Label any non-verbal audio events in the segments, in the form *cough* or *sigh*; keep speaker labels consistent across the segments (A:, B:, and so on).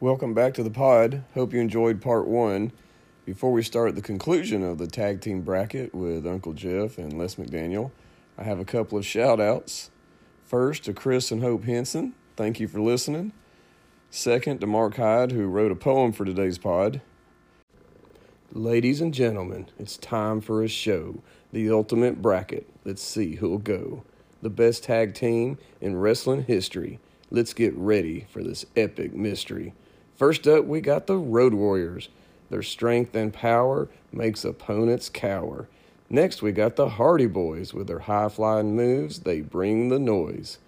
A: Welcome back to the pod. Hope you enjoyed part one. Before we start the conclusion of the tag team bracket with Uncle Jeff and Les McDaniel, I have a couple of shout outs. First to Chris and Hope Henson. Thank you for listening. Second to Mark Hyde, who wrote a poem for today's pod. Ladies and gentlemen, it's time for a show. The ultimate bracket. Let's see who'll go. The best tag team in wrestling history. Let's get ready for this epic mystery. First up, we got the Road Warriors. Their strength and power makes opponents cower. Next, we got the Hardy Boys. With their high flying moves, they bring the noise.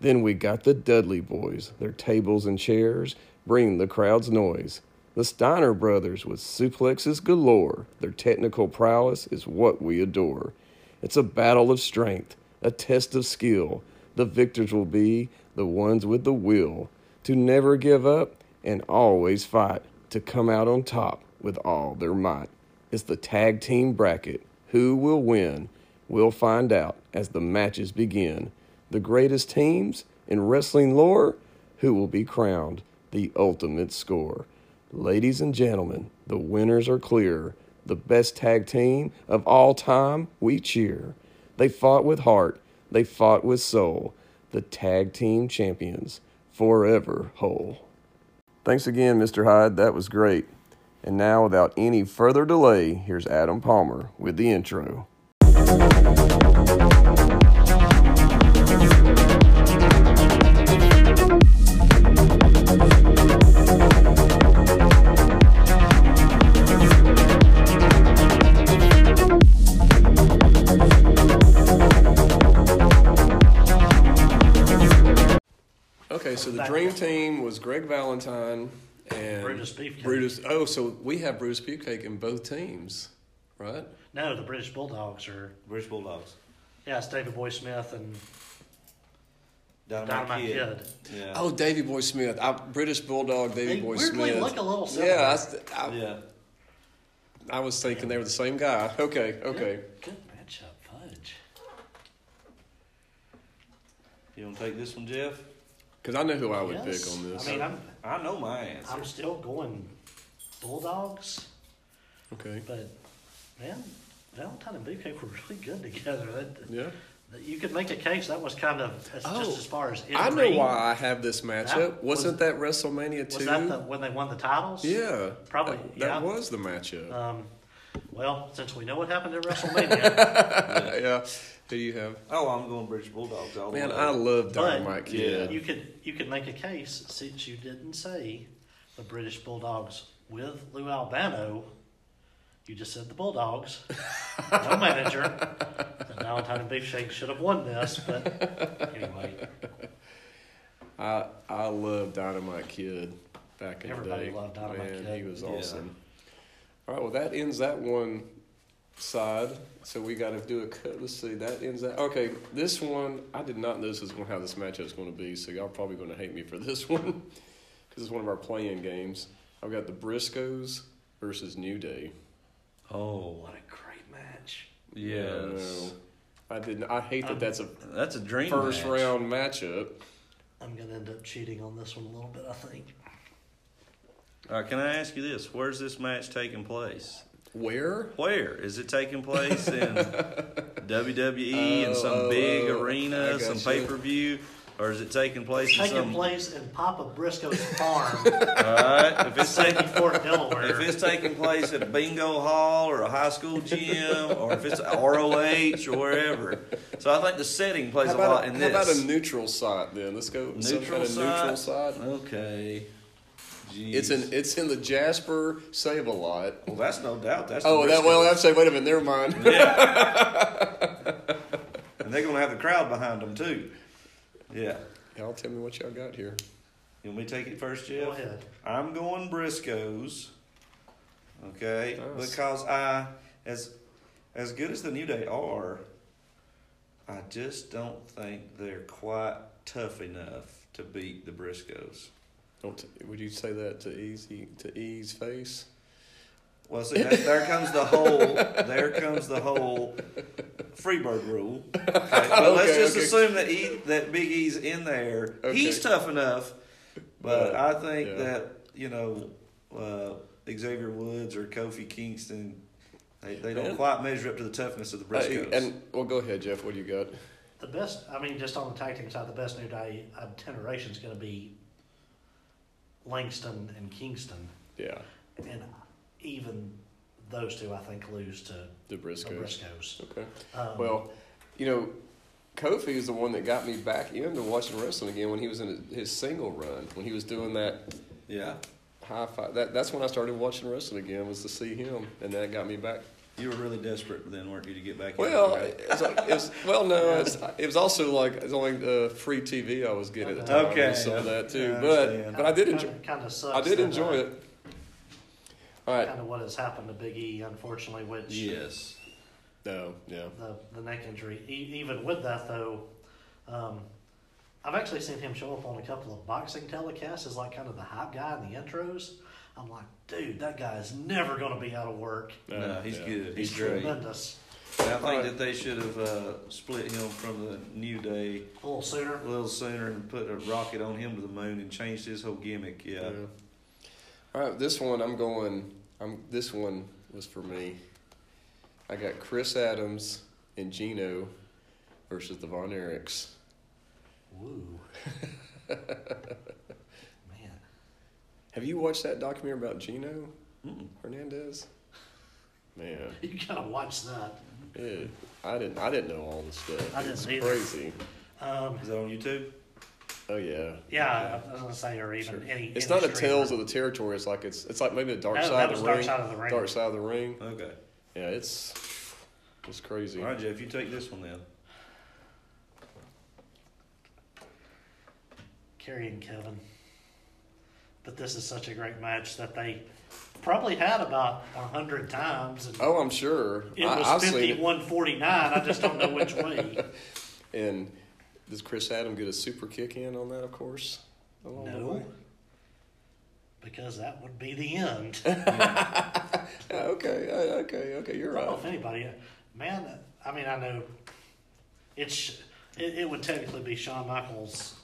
A: Then we got the Dudley boys, their tables and chairs bring the crowd's noise. The Steiner brothers with suplexes galore, their technical prowess is what we adore. It's a battle of strength, a test of skill. The victors will be the ones with the will to never give up and always fight to come out on top with all their might. It's the tag team bracket. Who will win? We'll find out as the matches begin. The greatest teams in wrestling lore, who will be crowned the ultimate score? Ladies and gentlemen, the winners are clear. The best tag team of all time, we cheer. They fought with heart, they fought with soul. The tag team champions, forever whole. Thanks again, Mr. Hyde. That was great. And now, without any further delay, here's Adam Palmer with the intro. Okay, so the dream team was Greg Valentine and
B: Brutus Beefcake.
A: Brutus. Oh, so we have Brutus Beefcake in both teams, right?
B: No, the British Bulldogs are.
C: British Bulldogs.
B: Yeah, it's David Boy Smith and
C: Dynamite,
B: Dynamite Kid.
C: Yeah.
A: Oh, Davy Boy Smith, I, British Bulldog, Davy
B: They
A: Boy
B: weirdly
A: Smith.
B: look a little similar.
A: yeah, I s- I,
C: Yeah.
A: I was thinking they were the same guy. Okay, okay.
B: Good matchup, Fudge.
C: You want to take this one, Jeff?
A: Because I know who I would
B: Yes.
A: pick on this.
B: I mean, I'm,
C: I know my answer.
B: I'm still going Bulldogs,
A: okay.
B: but man, Valentine and Beefcake were *laughs* really good together. That,
A: Yeah.
B: that- you could make a case that was kind of as,
A: Oh,
B: just as far as.
A: I know
B: in-ring.
A: why I have this matchup.
B: That
A: Wasn't that WrestleMania
B: Was
A: two?
B: that the, when they won the titles?
A: yeah.
B: Probably,
A: That,
B: yeah.
A: that was the matchup.
B: Um, well, since we know what happened at
A: *laughs*
B: WrestleMania,
A: yeah. Who do you have?
C: Oh, I'm going British Bulldogs all the
A: Man,
C: way.
A: I love Dynamite
B: but
A: Kid.
B: you could you could make a case since you didn't say the British Bulldogs with Lou Albano. You just said the Bulldogs,
C: *laughs*
B: no manager. And Valentine and Beefshake should have won this, but anyway,
A: I I love Dynamite Kid back in
B: Everybody
A: the day.
B: loved Dynamite
A: Man,
B: Kid.
A: He was
C: Yeah.
A: awesome. All right, well that ends that one side. So we got to do a cut. Let's see, that ends that. Okay, this one I did not know this was going to how this matchup's going to be. So y'all probably going to hate me for this *laughs* one because it's one of our playing games. I've got the Briscoes versus New Day.
C: Oh,
B: what a great match!
C: yes.
A: I didn't. I hate that.
B: Um,
A: that's a
C: That's a dream.
A: first
C: match.
A: round matchup.
B: I'm gonna end up cheating on this one a little bit, I think.
C: All right, can I ask you this? Where's this match taking place?
A: Where?
C: Where is it taking place in WWE in some
A: Oh, oh,
C: big
A: oh, I
C: arena, some
A: gotcha.
C: pay per view, or is it taking place in
B: Taking
C: some?
B: place in Papa Briscoe's farm,
C: All right, if it's taking
B: Fort Delaware.
C: If it's taking place at a bingo hall or a high school gym or if it's ROH or wherever. So I think the setting plays
A: How
C: a
A: about,
C: lot in
A: how
C: this.
A: about a neutral site then? Let's go neutral some kind of neutral site.
C: Okay. Jeez.
A: It's in it's in the Jasper Save a Lot.
C: Well, that's no doubt. That's
A: Oh,
C: the
A: that well,
C: Briscoes.
A: I'd say wait a minute, never mind.
C: Yeah. *laughs* and they're going to have the crowd behind them, too. Yeah.
A: *laughs* y'all tell me what y'all got here.
C: You want me to take it first, Jeff?
B: Go ahead.
C: I'm going Briscoes. Okay,
A: Nice.
C: because I as as good as the New Day are, I just don't think they're quite tough enough to beat the Briscoes.
A: Don't t- would you say that to easy to ease face?
C: Well, see, that, there comes the whole. There comes the whole Freebird rule. Okay, but let's
A: Okay,
C: just
A: okay.
C: assume that e, that Big E's in there.
A: Okay.
C: He's tough enough But
A: Right.
C: I think
A: Yeah.
C: that you know uh, Xavier Woods or Kofi Kingston, they, they don't
A: And-
C: quite measure up to the toughness of the Briscoes.
A: Hey, and well, go ahead, Jeff. What do you got?
B: The best, I mean, just on the tag team side, the best new day iteration is going to be Langston and Kingston,
A: Yeah,
B: and even those two, I think, lose to
A: the
B: the
A: Briscoes.
B: Briscoes.
A: Okay.
B: Um,
A: Well, you know, Kofi is the one that got me back into watching wrestling again when he was in his single run when he was doing that
C: yeah,
A: high five. That that's when I started watching wrestling again was to see him, and that got me back.
C: you were really desperate then, weren't you, to get back? in,
A: Well,
C: right?
A: it was, like, it was well, no,
C: *laughs*
A: it's, it was also like it was only uh, free TV I was getting at the time.
C: Okay.
A: some of that too,
C: I
A: but
C: understand.
A: but I did enjoy.
B: Kind of sucks.
A: I did enjoy it. All right.
B: Kind of what has happened to Big E, unfortunately, which
C: yes,
A: No. Yeah.
B: the the neck injury. E- even with that, though, um, I've actually seen him show up on a couple of boxing telecasts as like kind of the hype guy in the intros. I'm like, dude, that guy is never going to be out of work.
C: no, he's
A: yeah.
C: good. He's, great. And
B: tremendous.
C: I think
A: Alright.
C: that they should have uh, split him from the New Day
B: A little sooner.
C: a little sooner and put a rocket on him to the moon and changed his whole gimmick. Yeah,
A: Yeah. All right, this one I'm going. I'm this one was for me. I got Chris Adams and Gino versus the Von Erichs. *laughs*
B: Woo. Man,
A: Have you watched that documentary about Gino
C: Mm-mm. *laughs*
A: Hernandez? Man,
B: you gotta watch that.
A: it, I didn't. I didn't know all this stuff.
B: I didn't
A: it's
B: either.
A: crazy.
B: Um,
C: is that on YouTube?
A: Oh yeah.
B: yeah, I was gonna say, or even
A: Sure.
B: any.
A: It's
B: any
A: not a
B: streamer.
A: Tales of the Territory. It's like it's it's like maybe the Dark
B: That- that
A: Side of
B: was
A: the
B: Dark
A: Ring.
B: Side of the Ring.
A: Dark Side of the Ring.
C: Okay,
A: Yeah, it's it's crazy.
C: all right, Jeff, you take this one then.
B: Kerry and Kevin. But this is such a great match that they probably had about a hundred times. And
A: Oh, I'm sure.
B: It
A: I,
B: was
A: I've seen it.
B: fifty-one forty-nine. I just don't know which way.
A: *laughs* And does Chris Adam get a super kick in on that, of course? along the
B: No,
A: way?
B: because that would be the end.
A: Yeah, okay, uh, okay, okay, you're
B: I don't know
A: right.
B: if anybody, uh, man. I mean, I know it's it, it would technically be Shawn Michaels'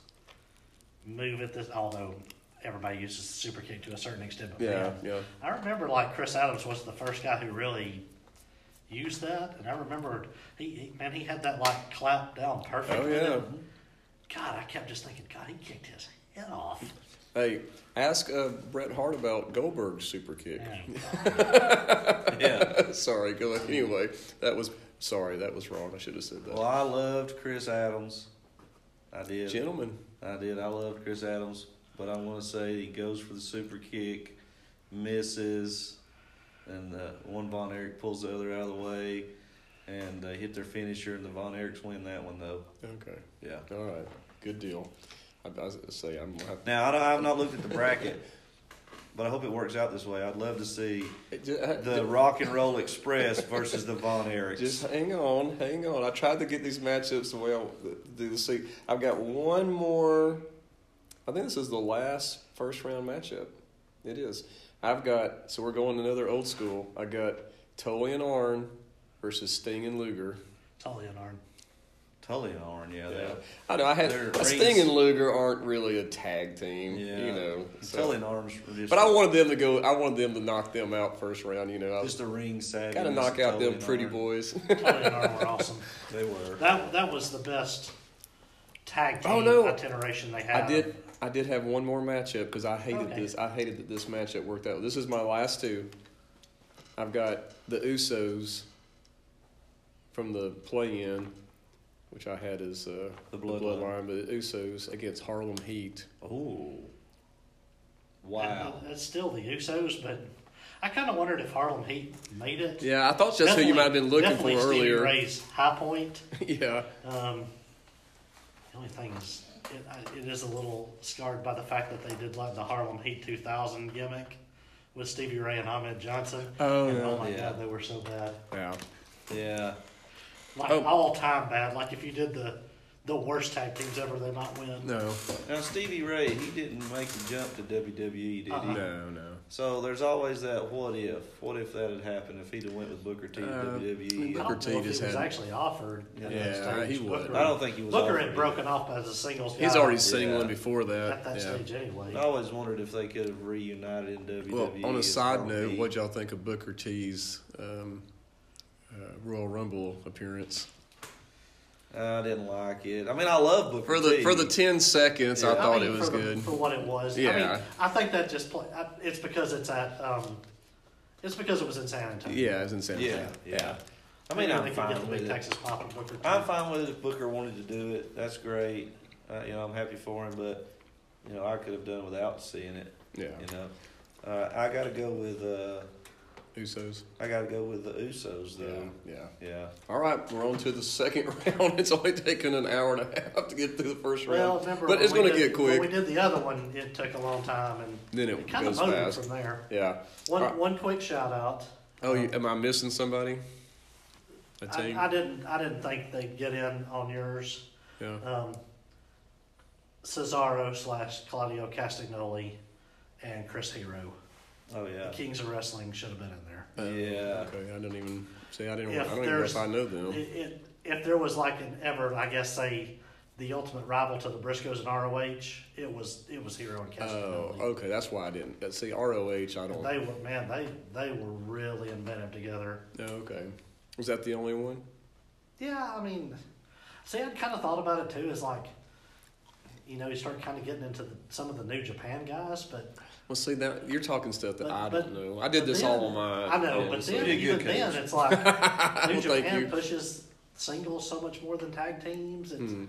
B: move at this, although everybody uses the super kick to a certain extent. But
A: Yeah,
B: man,
A: yeah.
B: I remember like Chris Adams was the first guy who really used that, and I remember he, he man he had that like clap down perfect.
A: Oh,
B: with
A: yeah.
B: him. God, I kept just thinking, God, he kicked his head off.
A: Hey, ask uh, Bret Hart about Goldberg's super kick.
B: Man,
A: *laughs*
C: Yeah.
A: sorry, go anyway. That was sorry, that was wrong. I should have said that.
C: well, I loved Chris Adams. I did.
A: Gentlemen,
C: I did. I loved Chris Adams, but I want to say he goes for the super kick, misses, and uh, one Von Erich pulls the other out of the way, and they hit their finisher, and the Von Erichs win that one though.
A: okay,
C: Yeah.
A: all right, good deal. I, I was gonna say I'm gonna have
C: Now I don't, I've not looked at the bracket, *laughs* but I hope it works out this way. I'd love to see
A: Hey, ju- uh,
C: the
A: ju-
C: Rock and Roll Express versus the Von Erichs.
A: Just hang on, hang on. I tried to get these matchups the way I do the see. I've got one more. I think this is the last first round matchup. It is. I've got so we're going another old school. I got Tully and Arn versus Sting and Luger.
B: Tully and Arn.
C: totally on, yeah.
A: Yeah,
C: that-
A: I know. I had
C: They're
A: uh, Sting
C: rings.
A: and Luger aren't really a tag team.
C: Yeah.
A: you know. so-
C: Totally and Arms. were Just,
A: But I wanted them to go. I wanted them to knock them out first round. You know, I
C: just the ring side.
A: got to knock out them pretty boys. *laughs*
B: Tully and Arn were awesome.
C: They were.
B: That that was the best tag team
A: Oh, no.
B: itineration they had.
A: I did. I did have one more matchup because I hated
B: Okay.
A: this. I hated that this matchup worked out. This is my last two. I've got the Usos from the play-in, which I had as uh,
C: The
A: the
C: Bloodline.
A: bloodline, but the Usos against Harlem Heat.
C: Oh. Wow.
B: And It's still the Usos, but I kind of wondered if Harlem Heat made it.
A: Yeah, I thought that's who you might have been looking for
B: definitely Stevie
A: earlier.
B: Ray's high point.
A: *laughs* yeah,
B: Um, the only thing is, it, I- it is a little scarred by the fact that they did like the Harlem Heat 2000 gimmick with Stevie Ray and Ahmed Johnson.
A: Oh,
B: and,
A: yeah.
B: oh my
C: Yeah.
B: God, they were so bad.
A: yeah.
C: Yeah.
B: Like
A: Oh.
B: all time bad. Like if you did the the worst tag teams ever. They might win.
A: No,
C: Now Stevie Ray, he didn't make the jump to WWE, did he?
B: Uh-uh.
A: no, no.
C: So there's always that what if? What if that had happened? If he'd have went with Booker T to E?
A: Uh,
C: WWE,
B: I
A: Booker
B: don't
A: T
B: know if
A: just
B: he was
A: had-
B: actually offered. at that
A: Yeah,
B: stage.
A: he would.
B: Booker-
C: I don't think he was.
B: Booker
C: offered
B: had
C: it.
B: broken off as a singles.
A: He's
B: guy
A: already singling
C: Yeah.
A: before
B: at
A: that.
B: that
A: yeah.
B: stage anyway.
C: I always wondered if they could have reunited in E WWE.
A: Well,
B: E
A: on a
C: as
A: side
C: Bobby.
A: note, what y'all think of Booker T's um, uh, Royal Rumble appearance?
C: I didn't like it. I mean, I love Booker
A: For the
C: T.
A: for the ten seconds, I
C: Yeah. I
A: thought
B: mean,
A: it was
B: for, the-
A: good.
B: for what it was. I mean,
A: Yeah.
B: I think that just play, I, it's because it's at um, it's because it was in San Antonio.
A: Yeah, it was insane.
C: yeah, yeah. I mean,
B: they
C: I'm
B: could
C: fine
B: get the
C: with
B: big
C: it.
B: Texas pop and Booker. T.
C: I'm fine with it if Booker wanted to do it. That's great. Uh, you know, I'm happy for him, but you know, I could have done without seeing it.
A: yeah.
C: You know, uh, I got to go with uh,
A: Usos.
C: I got to go with the Usos though.
A: yeah, yeah.
C: Yeah.
A: All right, we're on to the second *laughs* round. It's only taken an hour and a half to get through the first
B: Well,
A: round,
B: remember
A: but
B: when
A: it's
B: we
A: going to
B: did-
A: get
B: When
A: quick.
B: we did the other one, it took a long time, and
A: then it,
B: it kind of
A: goes
B: motored
A: fast.
B: from there.
A: Yeah.
B: One
A: All right.
B: one quick shout out.
A: Oh, you, am I missing somebody? A
B: I,
A: team.
B: I didn't I didn't think they'd get in on yours.
A: yeah.
B: Um, Cesaro slash Claudio Castagnoli and Chris Hero.
C: Oh yeah.
B: The Kings of Wrestling should have been in there.
A: Oh,
C: Yeah.
A: Okay, I didn't even see. I didn't.
B: If
A: I don't even know
B: there's-
A: if I know them.
B: It, it, if there was like an ever, I guess say, the ultimate rival to the Briscoes and ROH, it was it was Hero and
A: Oh,
B: Castagnoli.
A: okay. That's why I didn't. Uh, See, ROH, I don't.
B: They were man, they they were really inventive together.
A: Oh, okay. Was that the only one?
B: Yeah, I mean, see, I'd kind of thought about it too. Is like, you know, you start kind of getting into the, some of the New Japan guys, but
A: Well, see that you're talking stuff that
B: But-
A: I
B: but-
A: don't know. I did this
B: then-
A: all on my.
B: I know,
A: own,
B: but
A: so-
B: then
C: Yeah,
B: even
C: good
B: then,
C: coach.
A: *laughs*
B: it's like New
A: Well, thank you.
B: Japan pushes singles so much more than tag teams, and
A: Hmm.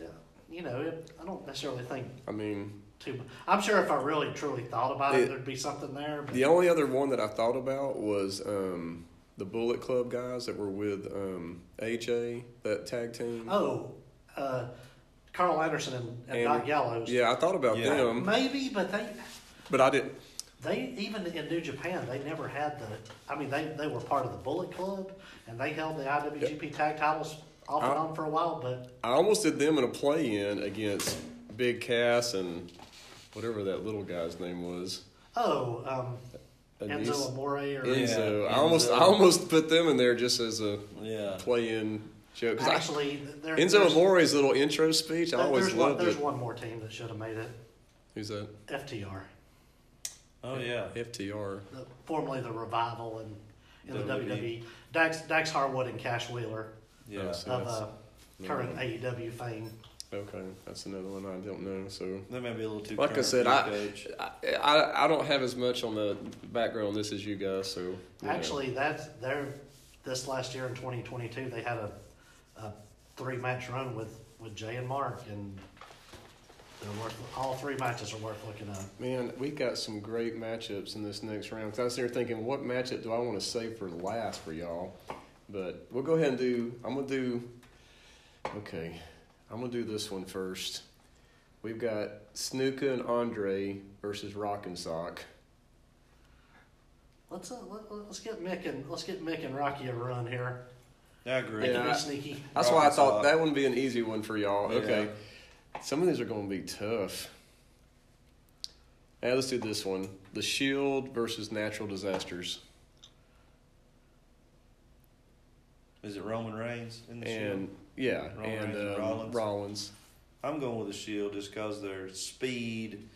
B: yeah, you know, it, I don't necessarily think
A: I mean,
B: too. much. I'm sure if I really truly thought about it,
A: It-
B: there'd be something there. But
A: the only other one that I thought about was um, the Bullet Club guys that were with um, AJ, that tag team.
B: oh, uh, Carl Anderson and, and
A: And-
B: Doc Gallows,
A: Yeah, I thought about
C: Yeah.
A: them,
B: maybe, but they.
A: but I didn't.
B: They even in New Japan, they never had the. I mean, they, they were part of the Bullet Club, and they held the IWGP Tag Titles off and
A: I-
B: on for a while. But
A: I almost did them in a play-in against Big Cass and whatever that little guy's name was.
B: oh, um,
A: Anise-
B: Enzo Amore or
C: Yeah.
A: Enzo. I almost
C: Enzo.
A: I almost put them in there just as a
C: Yeah.
A: play-in joke. 'Cause I-
B: actually, there,
A: Enzo
B: there's-
A: Amore's little intro speech, I
B: there-
A: always
B: there's, one,
A: loved
B: there's
A: it.
B: one more team that should have made it.
A: Who's that?
B: FTR,
C: Oh yeah.
A: FTR.
B: the, formerly the Revival, and in the
A: E.
C: WWE.
B: WWE, Dax Dax Harwood and Cash Wheeler
C: Yeah.
A: So
B: of
A: Oh, that's-
B: uh, current AEW fame.
A: Okay, that's another one I don't know. So,
C: That may be a little too.
A: like I
C: current
A: said,
C: for
A: I,
C: you, Coach.
A: I I I don't have as much on the background. on This as you guys, so you know.
B: Actually, that's their this last year in 2022. They had a, a three match run with with Jay and Mark, and they're worth all three matches are worth looking up.
A: Man, we got some great matchups in this next round. 'Cause I was there thinking, what matchup do I want to save for last for y'all? But we'll go ahead and do. I'm gonna do. Okay, I'm gonna do this one first. We've got Snuka and Andre versus Rock and Sock.
B: Let's uh, let, let's get Mick and let's get Mick and Rocky a run here.
C: I agree.
B: Make
A: Yeah.
B: it be sneaky.
A: That's
C: Rock
A: why I
C: and
A: thought
C: Sock.
A: that would be an easy one for y'all.
C: Yeah.
A: Okay, some of these are gonna be tough. Now let's do this one: The Shield versus Natural Disasters.
C: Is it Roman Reigns in the
A: and
C: Shield?
A: yeah,
C: Roman
A: and
C: Reigns and
A: um,
C: Rollins.
A: Rollins.
C: I'm going with the Shield just because their speed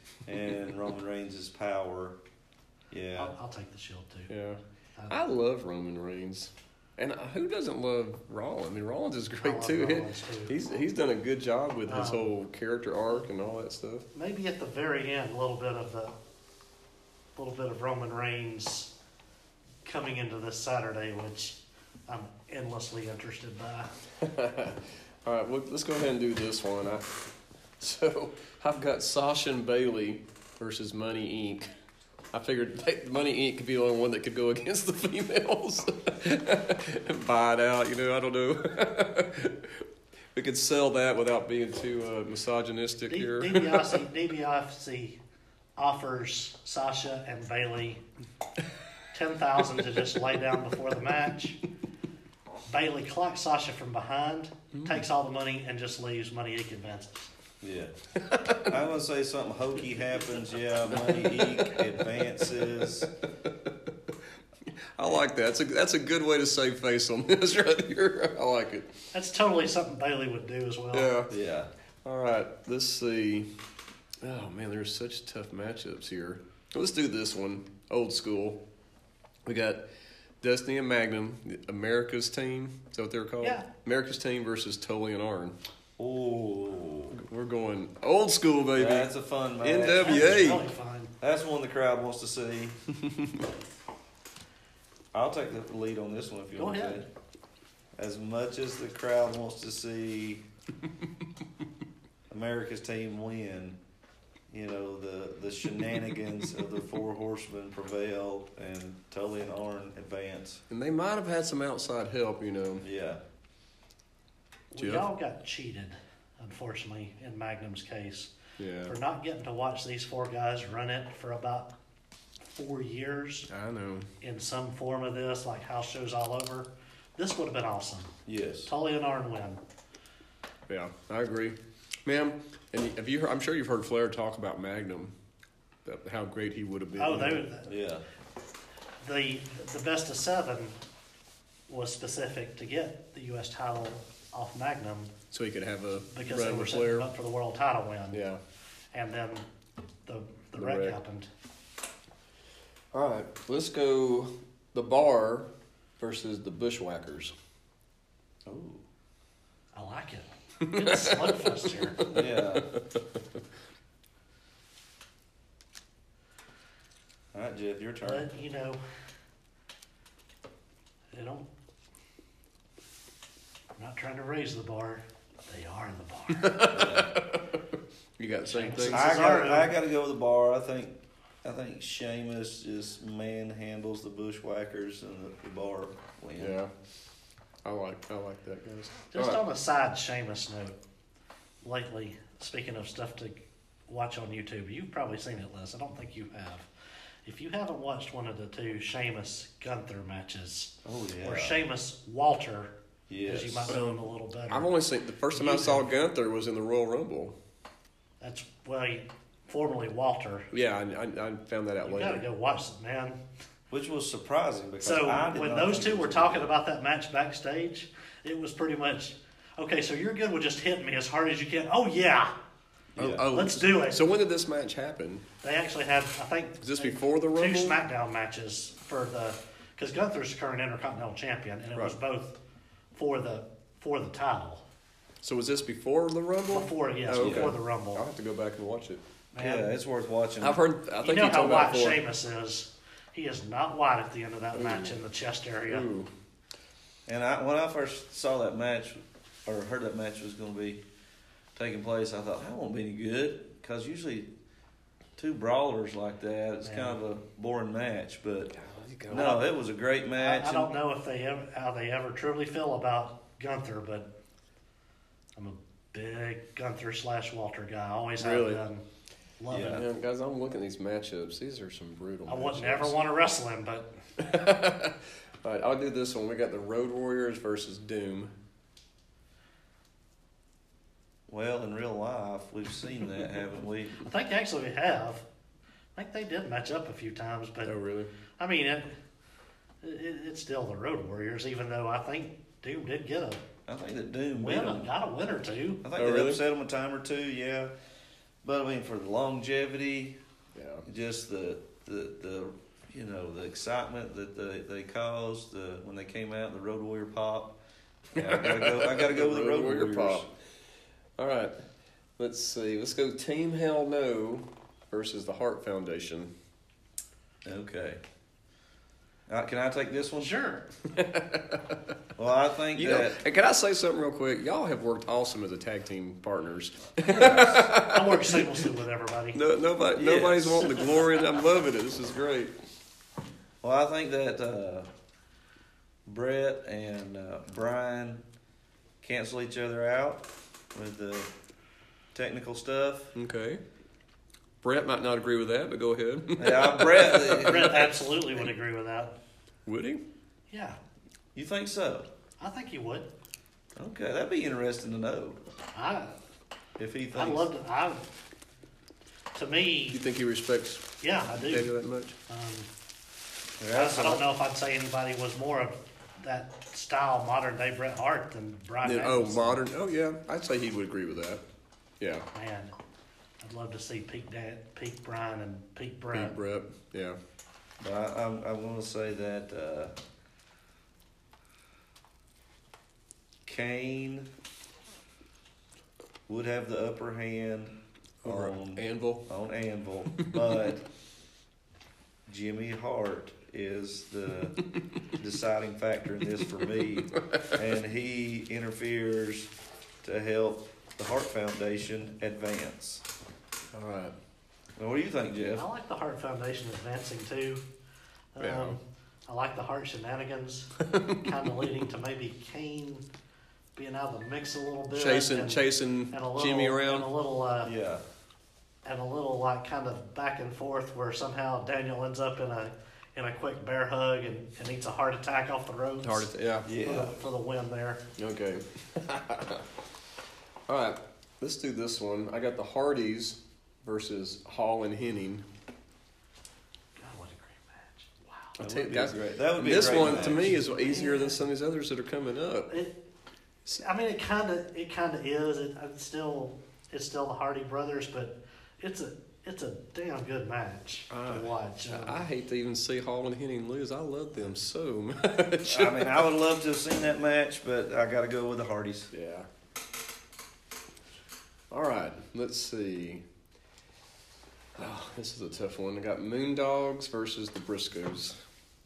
A: *laughs*
C: and Roman Reigns' power. Yeah.
B: I'll, I'll take the shield too.
A: Yeah,
B: I-
A: I love Roman Reigns, and who doesn't love Rollins? I mean, Rollins is
B: I
A: *laughs* great
B: love
A: too.
B: Rollins, too.
A: He's he's done a good job with his
B: Um,
A: whole character arc and all that stuff. *laughs*
B: Maybe at the very end, a little bit of the little bit of Roman Reigns coming into this Saturday, which I'm endlessly interested by.
A: All right, well, let's go ahead and do this one. I, so I've got Sasha and Bailey versus Money Inc. I figured they- Money Inc. could be the only one that could go *laughs* against the females. *laughs* Buy it out, you know. *laughs* I don't know. we could sell that without being too uh, misogynistic
B: D-
A: here.
B: DiBiase, DiBiase offers Sasha and Bailey ten thousand to just lay down before the match. Bailey clocks Sasha from behind,
A: Hmm.
B: takes all the money, and just leaves money Eek advances.
C: Yeah. *laughs* I want to say something hokey happens. Yeah, money eek advances.
A: I like that. That's a that's a good way to save face on *laughs* this right here. I like it.
B: That's totally something Bailey would do as well.
A: Yeah.
C: Yeah.
A: All right. Let's see. Oh man, there's such tough matchups here. Let's do this one. Old school. We got Destiny and Magnum, America's team. Is that what they're called?
B: Yeah.
A: America's team versus Tully and Arn.
C: Oh,
A: We're going old school, baby.
C: that's a fun match.
A: NW.
B: That'd be
A: WA.
B: really fun.
C: That's one the crowd wants to see. *laughs* I'll take the lead on this one if you
B: Go
C: want
B: ahead.
C: to. As much as the crowd wants
B: *laughs*
C: to see America's team win, you know, the, the shenanigans of the four horsemen prevail and Tully and Arn advance.
A: and they might have had some outside help, you know.
C: Yeah.
B: We
A: Jeff?
B: all got cheated, unfortunately, in Magnum's case,
A: Yeah.
B: for not getting to watch these four guys run it for about four years
A: I know.
B: in some form of this, like house shows all over. This would have been awesome.
C: Yes.
B: Tully and Arn win.
A: Yeah, I agree, ma'am. And have you? Heard, I'm sure you've heard Flair talk about Magnum, that, how great he would have been.
B: Oh, they would,
C: Yeah.
B: the the best of seven was specific to get the U.S. title off Magnum
A: so he could have a
B: because they
A: run
B: were
A: with
B: setting
A: Flair.
B: up for the world title win.
A: Yeah.
B: And then the the,
A: The
B: wreck,
A: wreck.
B: happened.
A: All right, let's go. The Bar versus the Bushwhackers.
C: Oh.
B: I like it. It's slugfest here.
C: Yeah. All right, Jeff, your turn.
B: But you know, they don't. I'm not trying to raise the bar. They are the bar.
A: You got the same thing.
B: Thanks.
C: I
B: Cesaro.
C: got I got to go with the bar. I think I think Sheamus just manhandles the Bushwhackers and the, the bar win.
A: Yeah. I like I like that guys.
B: Just
A: All right.
B: on a side Seamus note, lately, speaking of stuff to watch on YouTube, you've probably seen it, Les. I don't think you have. If you haven't watched one of the two Seamus Gunther matches,
C: Oh yeah.
B: or Seamus Walter,
C: yes.
B: as you might know him a little better,
A: I've only seen the first time I saw Gunther was in the Royal Rumble.
B: that's well, he, formerly Walter.
A: Yeah, I, I, I found that out
B: You gotta
A: later.
B: go watch it, man.
C: Which was surprising because
B: So
C: I did
B: when
C: not
B: those
C: think
B: two
C: it
B: were
C: was
B: talking
C: gonna
B: about that match backstage, it was pretty much, okay, so you're good with just hitting me as hard as you can. Oh yeah,
C: be- Yeah.
A: Oh, oh,
B: let's do it.
A: So when did this match happen?
B: They actually had, I think,
A: Is this before the Rumble?
B: two SmackDown matches for the because Gunther's current Intercontinental Champion, and it was
A: Right.
B: both for the for the title
A: So was this before the Rumble?
B: before yes
A: Oh, okay.
B: before the
A: I'll
B: Rumble.
A: have to go back and watch it.
B: Man,
C: Yeah, it's worth watching.
A: I've heard. I
B: you
A: think
B: know
A: you
B: how
A: told me
B: wide
A: that before.
B: Sheamus is. He is not wide at the end of that match in the chest area.
A: Ooh,
C: And I, when I first saw that match, or heard that match was going to be taking place, I thought that won't be any good because usually two brawlers like that, it's
B: Yeah.
C: kind of a boring match. But
A: you go.
C: no, it was a great
B: I,
C: match.
B: I don't know if they ever, how they ever truly feel about Gunther, but I'm a big Gunther slash Walter guy. I always
A: Really?
B: have been. Loving
C: Yeah.
B: it.
A: Man, guys, I'm looking at these matchups. These are some brutal.
B: I wouldn't
A: matchups.
B: ever want to wrestle him, but
A: All right, I'll do this one. We got the Road Warriors versus Doom.
C: Well, in real life, we've seen that, haven't we?
B: I think actually we have. I think they did match up a few times, but
A: Oh, really?
B: I mean, it, it, it's still the Road Warriors, even though I think Doom did get a
C: I think that Doom beat
B: win,
C: 'em.
B: got a win or two.
C: I think
A: Oh,
C: they
A: really?
C: upset him a time or two, yeah. But I mean, for the longevity,
A: Yeah.
C: just the the the you know the excitement that they, they caused the when they came out the Road Warrior pop. Yeah, I gotta go. I gotta *laughs* go with the Road, Warrior Warriors.
A: pop. All right. Let's see. Let's go Team Hell No versus the Heart Foundation.
C: Okay. Uh, can I take this one?
B: Sure.
C: Well, I think
A: You know,
C: that
A: and can I say something real quick? Y'all have worked awesome as a tag team partners.
B: I work single suit with everybody.
A: *laughs* No, nobody,
C: Yes.
A: nobody's wanting the
C: *laughs*
A: glory. and I'm loving it. This is great.
C: Well, I think that uh, Brett and uh, Brian cancel each other out with the technical stuff.
A: Okay. Brett might not agree with that, but go ahead. *laughs*
C: Yeah,
B: *laughs*
C: Brett.
B: Brett absolutely would agree with that.
A: Would he?
B: Yeah.
C: You think so?
B: I think he would.
C: Okay, that'd be interesting to know
B: I
C: if he thinks.
B: I love to, I to
A: You
B: me,
A: think he respects
B: yeah, I
A: Eddie
B: do.
A: that much?
B: Um,
C: Yeah,
B: I, I
C: so-
B: don't know if I'd say anybody was more of that style modern day Bret Hart than Brian.
A: Yeah, oh,
B: Danielson.
A: modern. Oh, yeah. I'd say he would agree with that. Yeah.
B: Man, I'd love to see peak Dad, peak Brian, and peak Brett.
A: Big Brett. Yeah.
C: But I, I'm, I'm going to say that uh, Kane would have the upper hand
A: Over
C: on,
A: Anvil.
C: on Anvil, but Jimmy Hart is the deciding factor in this
A: *laughs*
C: for me, and he interferes to help the Hart Foundation advance.
A: All right.
C: Now, what do you think, Jeff?
B: I like the Hart Foundation advancing too. Um,
A: Yeah.
B: I like the Hart
A: *laughs*
B: shenanigans, kind of leading to maybe Kane being out of the mix a little bit,
A: Chasing,
B: and,
A: chasing
B: and a little,
A: Jimmy
B: and a
A: around.
B: little, uh,
C: Yeah.
B: and a little like kind of back and forth, where somehow Daniel ends up in a in a quick bear hug and, and eats a heart attack off the road
A: Hard at the- yeah.
B: for,
C: Yeah.
B: the, for the win there.
A: Okay. *laughs* All right. Let's do this one. I got the Hardys versus Hall and Henning.
B: God, what a great match! Wow.
A: I
C: That
A: tell you,
C: would be
A: guys,
C: great- that would be a
A: this
C: great
A: one to
C: match.
A: me is easier than some of these others that are coming up.
B: It, I mean, it kind of, it kind of is. It, it's still, it's still the Hardy Brothers, but it's a, it's a damn good match
A: Uh,
B: to watch. Um,
A: I I hate to even see Hall and Henning lose. I love them so *laughs* much.
C: I mean, I would love to have seen that match, but I got to go with the Hardys.
A: Yeah. All right. Let's see. Oh, this is a tough one. I got Moondogs versus the Briscoes.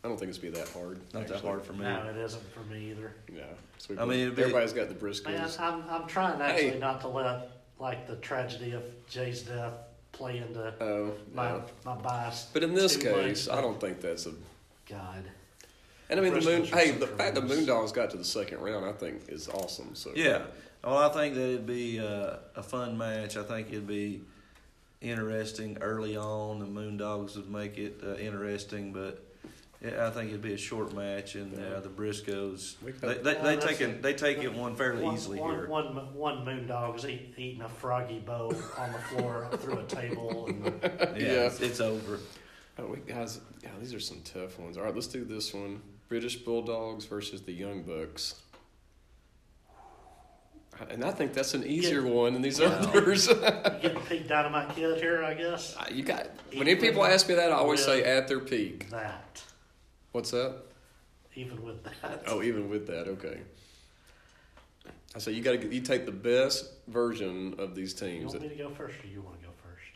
A: I don't think it's be that hard.
C: Not that
A: actually.
C: hard for me.
B: no, it isn't for me either.
A: Yeah. So
C: I mean, it'd be-
A: everybody's got the
B: Man,
A: Briscoes.
B: I'm, I'm trying actually
A: Hey.
B: not to let like the tragedy of Jay's death play into
A: Oh,
B: my
A: yeah.
B: my bias.
A: But in this
B: too much,
A: case, I
B: but
A: don't think that's a.
B: God,
A: And I mean, the
B: Briscoes
A: moon.
B: are
A: Hey,
B: so
A: the fact that
B: tremendous.
A: Moondogs got to the second round, I think, is awesome. So
C: Yeah. Well, I think that it'd be uh, a fun match. I think it'd be interesting early on. The Moondogs would make it uh, interesting, but yeah, I think it'd be a short match, and uh, the Briscoes
A: We
C: they,
A: could-
C: they, they
B: Well,
C: take
B: that's-
C: it they take it one fairly
B: one,
C: easily
B: one,
C: here.
B: one one moondog's eat, eating a froggy bow on the floor through a table and.
A: *laughs*
C: Yeah, It's, it's over.
A: Oh, wait, guys, yeah, these are some tough ones. All right, let's do this one: British Bulldogs versus the Young Bucks. And I think that's an easier one than these
B: Yeah. *laughs*
A: others. *laughs*
B: Getting peak dynamite kid here, I guess.
A: Uh, you got when people ask me that, I always say at their peak.
B: That,
A: What's that?
B: even with that,
A: Oh, even with that, okay. I say you got to you take the best version of these
B: you
A: teams.
B: want me to go first, or you want to go first?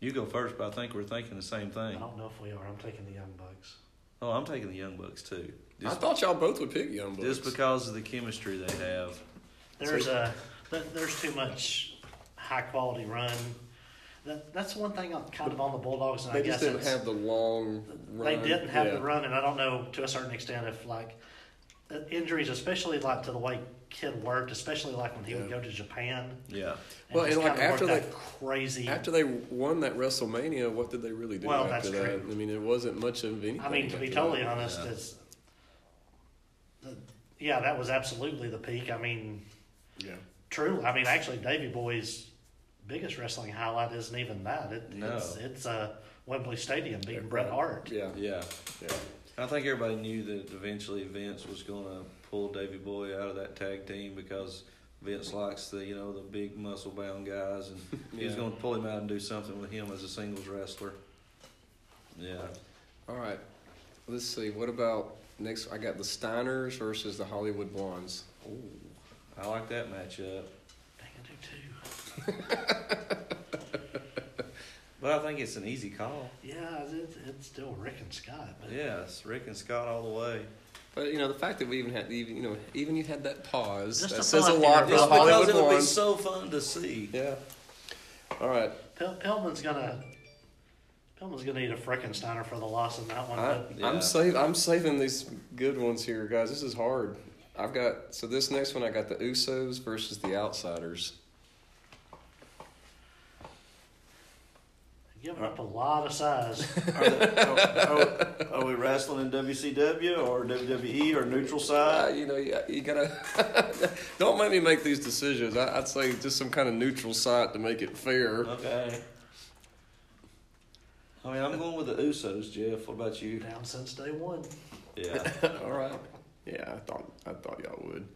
C: You go first, but I think we're thinking the same
B: I
C: thing.
B: don't know if we are. I'm taking the young bucks.
C: Oh, I'm taking the Young Bucks too.
A: I
C: Just,
A: thought y'all both would pick Young Bucks.
C: just because of the chemistry they have.
B: There's a th- there's too much high quality run. That that's one thing I'm kind of on the Bulldogs, and I
A: they
B: guess
A: just didn't
B: it's-
A: have the long
B: they
A: run.
B: didn't have
A: Yeah.
B: the run, and I don't know to a certain extent if like uh, injuries, especially like to the way Kid worked, especially like when he would
A: Yeah.
B: go to Japan.
C: Yeah.
B: And
A: Well,
B: just
A: and, like,
B: kinda work
A: after
B: that
A: they-
B: crazy
A: After they won that WrestleMania, what did they really do
B: Well,
A: after
B: that's
A: that?
B: true.
A: I mean, it wasn't much of anything.
B: I mean, to be
A: after
B: totally
A: that.
B: honest,
C: Yeah.
B: it's the, yeah, that was absolutely the peak. I mean,
A: yeah.
B: true. I mean, actually, Davy Boy's biggest wrestling highlight isn't even that. It,
C: No.
B: It's it's uh, Wembley Stadium beating Bret Hart.
A: yeah,
C: Yeah.
A: yeah,
C: I think everybody knew that eventually Vince was going to pull Davy Boy out of that tag team because Vince likes the you know the big muscle bound guys, and he was
A: Yeah.
C: going to pull him out and do something with him as a singles wrestler. Yeah,
A: All right, let's see. What about next? I got the Steiners versus the Hollywood Blondes.
C: I like that matchup,
B: Dang, I do too.
C: but I think it's an easy call.
B: Yeah, it's, it's still Rick and Scott. But
C: Yes, Rick and Scott all the way.
A: But you know, the fact that we even had even you know even you had that pause
B: Just
A: that
B: the
A: says a
B: thought
A: lot for
B: there.
A: the
C: Just because
A: Hollywood
C: it'll be
A: Blondes.
C: so fun to see.
A: yeah. All right.
B: Pel- Pillman's gonna Pillman's gonna eat a Frankensteiner for the loss in that one.
A: I,
B: but
C: Yeah.
A: I'm save, I'm saving these good ones here, guys. This is hard. I've got so this next one. I got the Usos versus the Outsiders.
B: giving up a lot of size.
A: *laughs*
C: Are, the- are- are- are we wrestling in WCW or WWE or neutral
A: Uh,
C: side?
A: you know, you, you gotta *laughs* don't let me make these decisions. I, I'd say just some kind of neutral site to make it
C: *laughs*
A: fair.
C: Okay. I mean, I'm going with the Usos, Jeff. What about you?
B: Down since day one.
C: Yeah.
A: All right. Yeah, I thought I thought y'all would.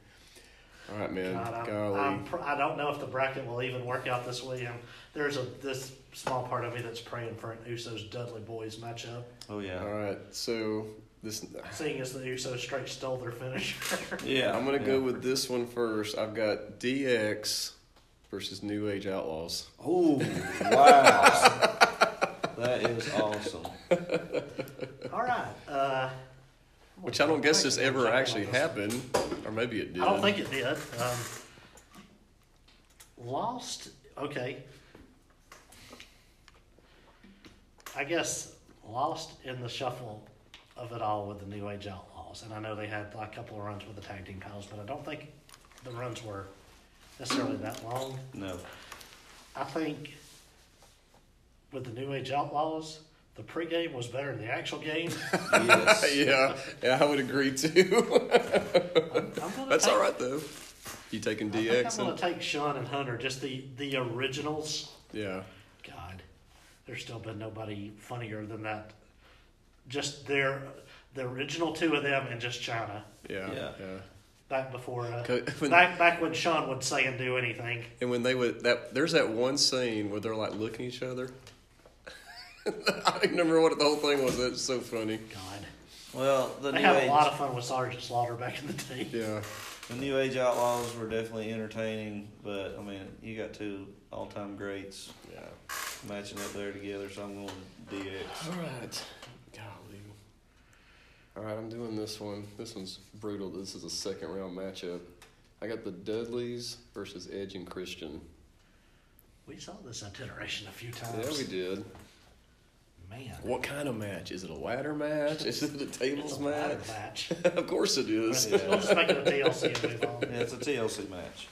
A: All right, man.
B: God, I'm,
A: Golly.
B: I'm pr- I don't know if the bracket will even work out this week. I'm, there's a this small part of me that's praying for an Usos Dudley Boys matchup,
C: Oh
A: All
C: yeah.
A: right. So this
B: seeing as the Usos straight stole their finisher. *laughs*
C: Yeah.
A: I'm gonna go
C: yeah.
A: with this one first. I've got DX versus New Age Outlaws.
C: Oh wow. that is awesome.
B: All right. Uh,
A: Which I don't guess this
B: I'm
A: ever
B: checking on
A: actually
B: this.
A: happened. Or maybe it did.
B: I don't think it did. Um, lost. Okay. I guess lost in the shuffle of it all with the New Age Outlaws, and I know they had a couple of runs with the tag team titles, but I don't think the runs were necessarily that long.
C: No.
B: I think with the New Age Outlaws, the pregame was better than the
A: *laughs*
B: actual game.
C: Yes.
A: yeah, yeah, I would agree too. *laughs*
B: I'm gonna
A: That's
B: take-
A: all right though. You taking
B: I think
A: DX?
B: I'm going
A: and-
B: to take Sean and Hunter, just the the originals.
A: yeah.
B: God, there's still been nobody funnier than that. Just their the original two of them and just China
A: Yeah. Yeah.
C: Yeah.
B: back before uh,
A: 'Cause *laughs* when-
B: back back when Sean would say and do anything.
A: And when they would that there's that one scene where they're like looking at each other. *laughs* I don't even remember what the whole thing was. That's so funny.
B: God,
C: Well, the
B: they
C: new
B: had a
C: age,
B: lot of fun with Sergeant Slaughter back in the day.
A: Yeah.
C: the new age outlaws were definitely entertaining, but I mean, you got two all time greats
A: Yeah.
C: matching up there together, so I'm going with DX.
A: All right. Golly. All right, I'm doing this one. This one's brutal. This is a second round matchup. I got the Dudleys versus Edge and Christian.
B: We saw this iteration a few
A: Yeah,
B: times.
A: we did.
B: Man,
A: What kind of match? Is it a ladder match? Is it a tables
B: it's a ladder
A: match? *laughs*
B: match.
A: of course it is.
C: Yeah.
B: We'll just make it a DLC and move on.
C: Yeah, it's a TLC match.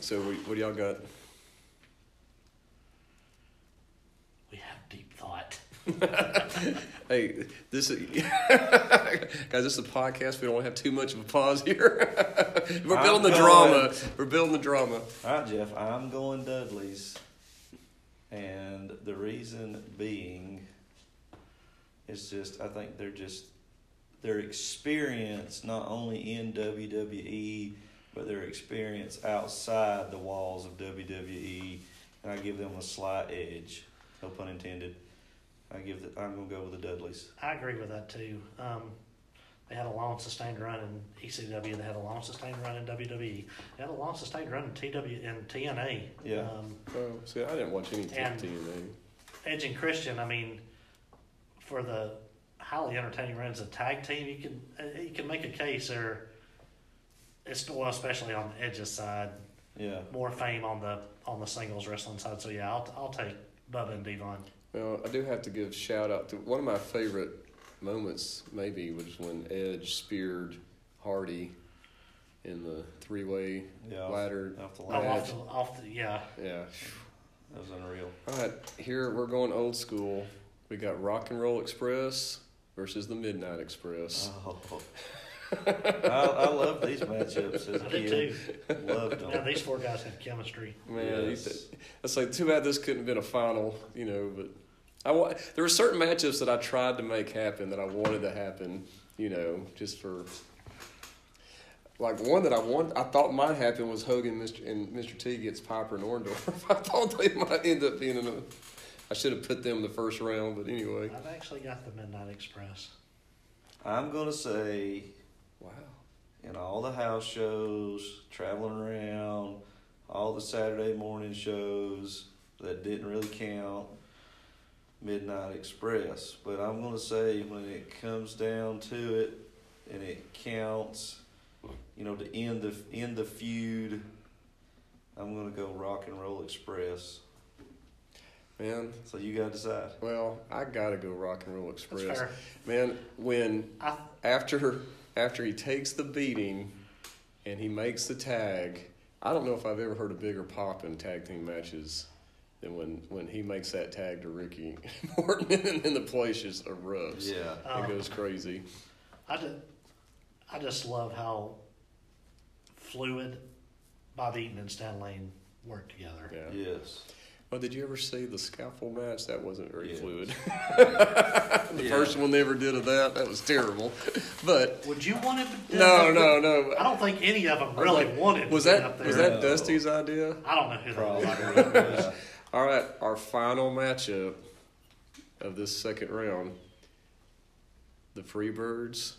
A: So what, what do y'all got?
B: We have deep thought.
A: Hey, this is, *laughs* guys. This is a podcast. We don't have too much of a pause here. *laughs* We're
C: I'm
A: building the
C: going-
A: drama. We're building the drama.
C: All right, Jeff, I'm going Dudley's, and the reason being is just I think they're just their experience not only in WWE but their experience outside the walls of WWE, and I give them a slight edge, no pun intended. I give the, I'm gonna go with the Dudleys.
B: I agree with that too. Um, they had a long sustained run in ECW. They had a long sustained run in WWE. They had a long sustained run in TW and TNA.
C: Yeah.
B: Um,
A: Oh, see, I didn't watch any
B: And-
A: TNA.
B: Edge and Christian. I mean, for the highly entertaining runs of tag team, you can uh, you can make a case or it's well, especially on the Edge's side,
C: Yeah,
B: more fame on the on the singles wrestling side. So yeah, I'll I'll take Bubba and Devon.
A: Well, I do have to give shout out to one of my favorite moments. Maybe was when Edge speared Hardy in the three way
C: yeah. off-
A: ladder.
C: Off the
B: I'm
C: line,
B: Oh, off
A: Edge.
B: the off the yeah.
A: Yeah.
C: that was
B: *laughs*
C: unreal.
A: All right, here we're going old school. We got Rock and Roll Express versus the Midnight Express.
C: Oh. I, I love these matchups as a
B: I did
C: kid.
B: too.
C: Loved
B: Now
C: them.
B: these four guys have chemistry.
A: Man,
C: Ah, Yes.
A: these- It's like too bad this couldn't have been a final, you know. But I wa- there were certain matchups that I tried to make happen that I wanted to happen, you know, just for like one that I want. I thought might happen was Hogan Mr. and Mr. T gets Piper and Orndorff. *laughs* I thought they might end up being in a. I should have put them in the first round, but anyway.
B: I've actually got the Midnight Express.
C: I'm gonna say,
A: Wow.
C: in all the house shows, traveling around, all the Saturday morning shows that didn't really count, Midnight Express. But I'm gonna say when it comes down to it, and it counts, you know, to end the end the feud, I'm gonna go Rock and Roll Express.
A: Man,
C: So you gotta decide.
A: well, I gotta go Rock and Roll
B: That's
A: Express.
B: fair.
A: Man, when
B: I,
A: after after he takes the beating and he makes the tag, I don't know if I've ever heard a bigger pop in tag team matches And when, when he makes that tag to Ricky *laughs* Morton, and then the place just erupts.
C: Yeah.
A: It
B: Um,
A: goes crazy.
B: I did, I just love how fluid Bob Eaton and Stan Lane work together.
A: Yeah.
C: Yes.
A: Oh, did you ever see the scaffold match? That wasn't very
C: Yeah.
A: fluid. *laughs* the
C: Yeah.
A: first one they ever did of that, that was terrible. *laughs* But
B: Would you want it? to-
A: no, no, no.
B: I don't think any of them really wanted.
A: Was
B: to get
A: that
B: up there.
A: was that
C: No.
A: Dusty's idea?
B: I don't know who
C: Probably.
B: that was.
C: *laughs* Yeah.
A: All right, our final matchup of this second round: the Freebirds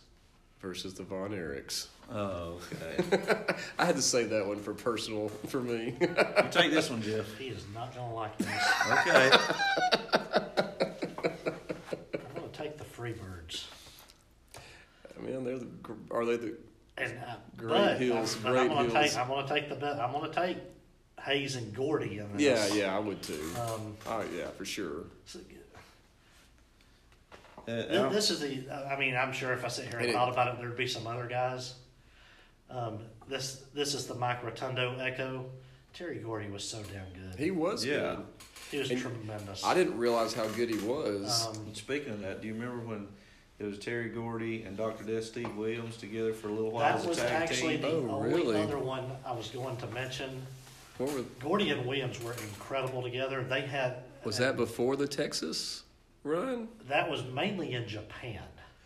A: versus the Von Erichs.
C: Oh, okay.
A: I had to say that one for personal *laughs* for me.
C: You take this one, Jeff.
B: He is not gonna like this.
C: Okay. Uh,
B: I'm gonna take the Freebirds.
A: I mean, they're the gr- are they the
B: And uh,
A: Great
B: but
A: heels,
B: I'm, but
A: great
B: I'm gonna
A: heels.
B: Take, I'm gonna take the. bet- I'm gonna take Hayes and Gordy in
A: yeah
B: this.
A: yeah I would too.
B: Um,
A: Oh yeah, for sure.
B: so-
C: Uh,
B: Th-
C: Al-
B: This is the. I mean, I'm sure if I sit here and
A: It-
B: thought about it, there'd be some other guys. Um, this this is the Mike Rotundo echo. Terry Gordy was so damn good. He,
A: He was
C: Yeah.
A: good.
B: was
A: and
B: tremendous.
A: I didn't realize how good he was.
B: Um,
C: Speaking of that, do you remember when it was Terry Gordy and Dr. Death Steve Williams together for a little while
B: that
C: as a
B: was
C: tag
B: actually
C: team?
B: the
A: Oh,
B: only
A: really?
B: other one I was going to mention.
A: what were,
B: Gordy and Williams were incredible together. They had uh,
A: was that before the Texas run?
B: that was mainly in Japan.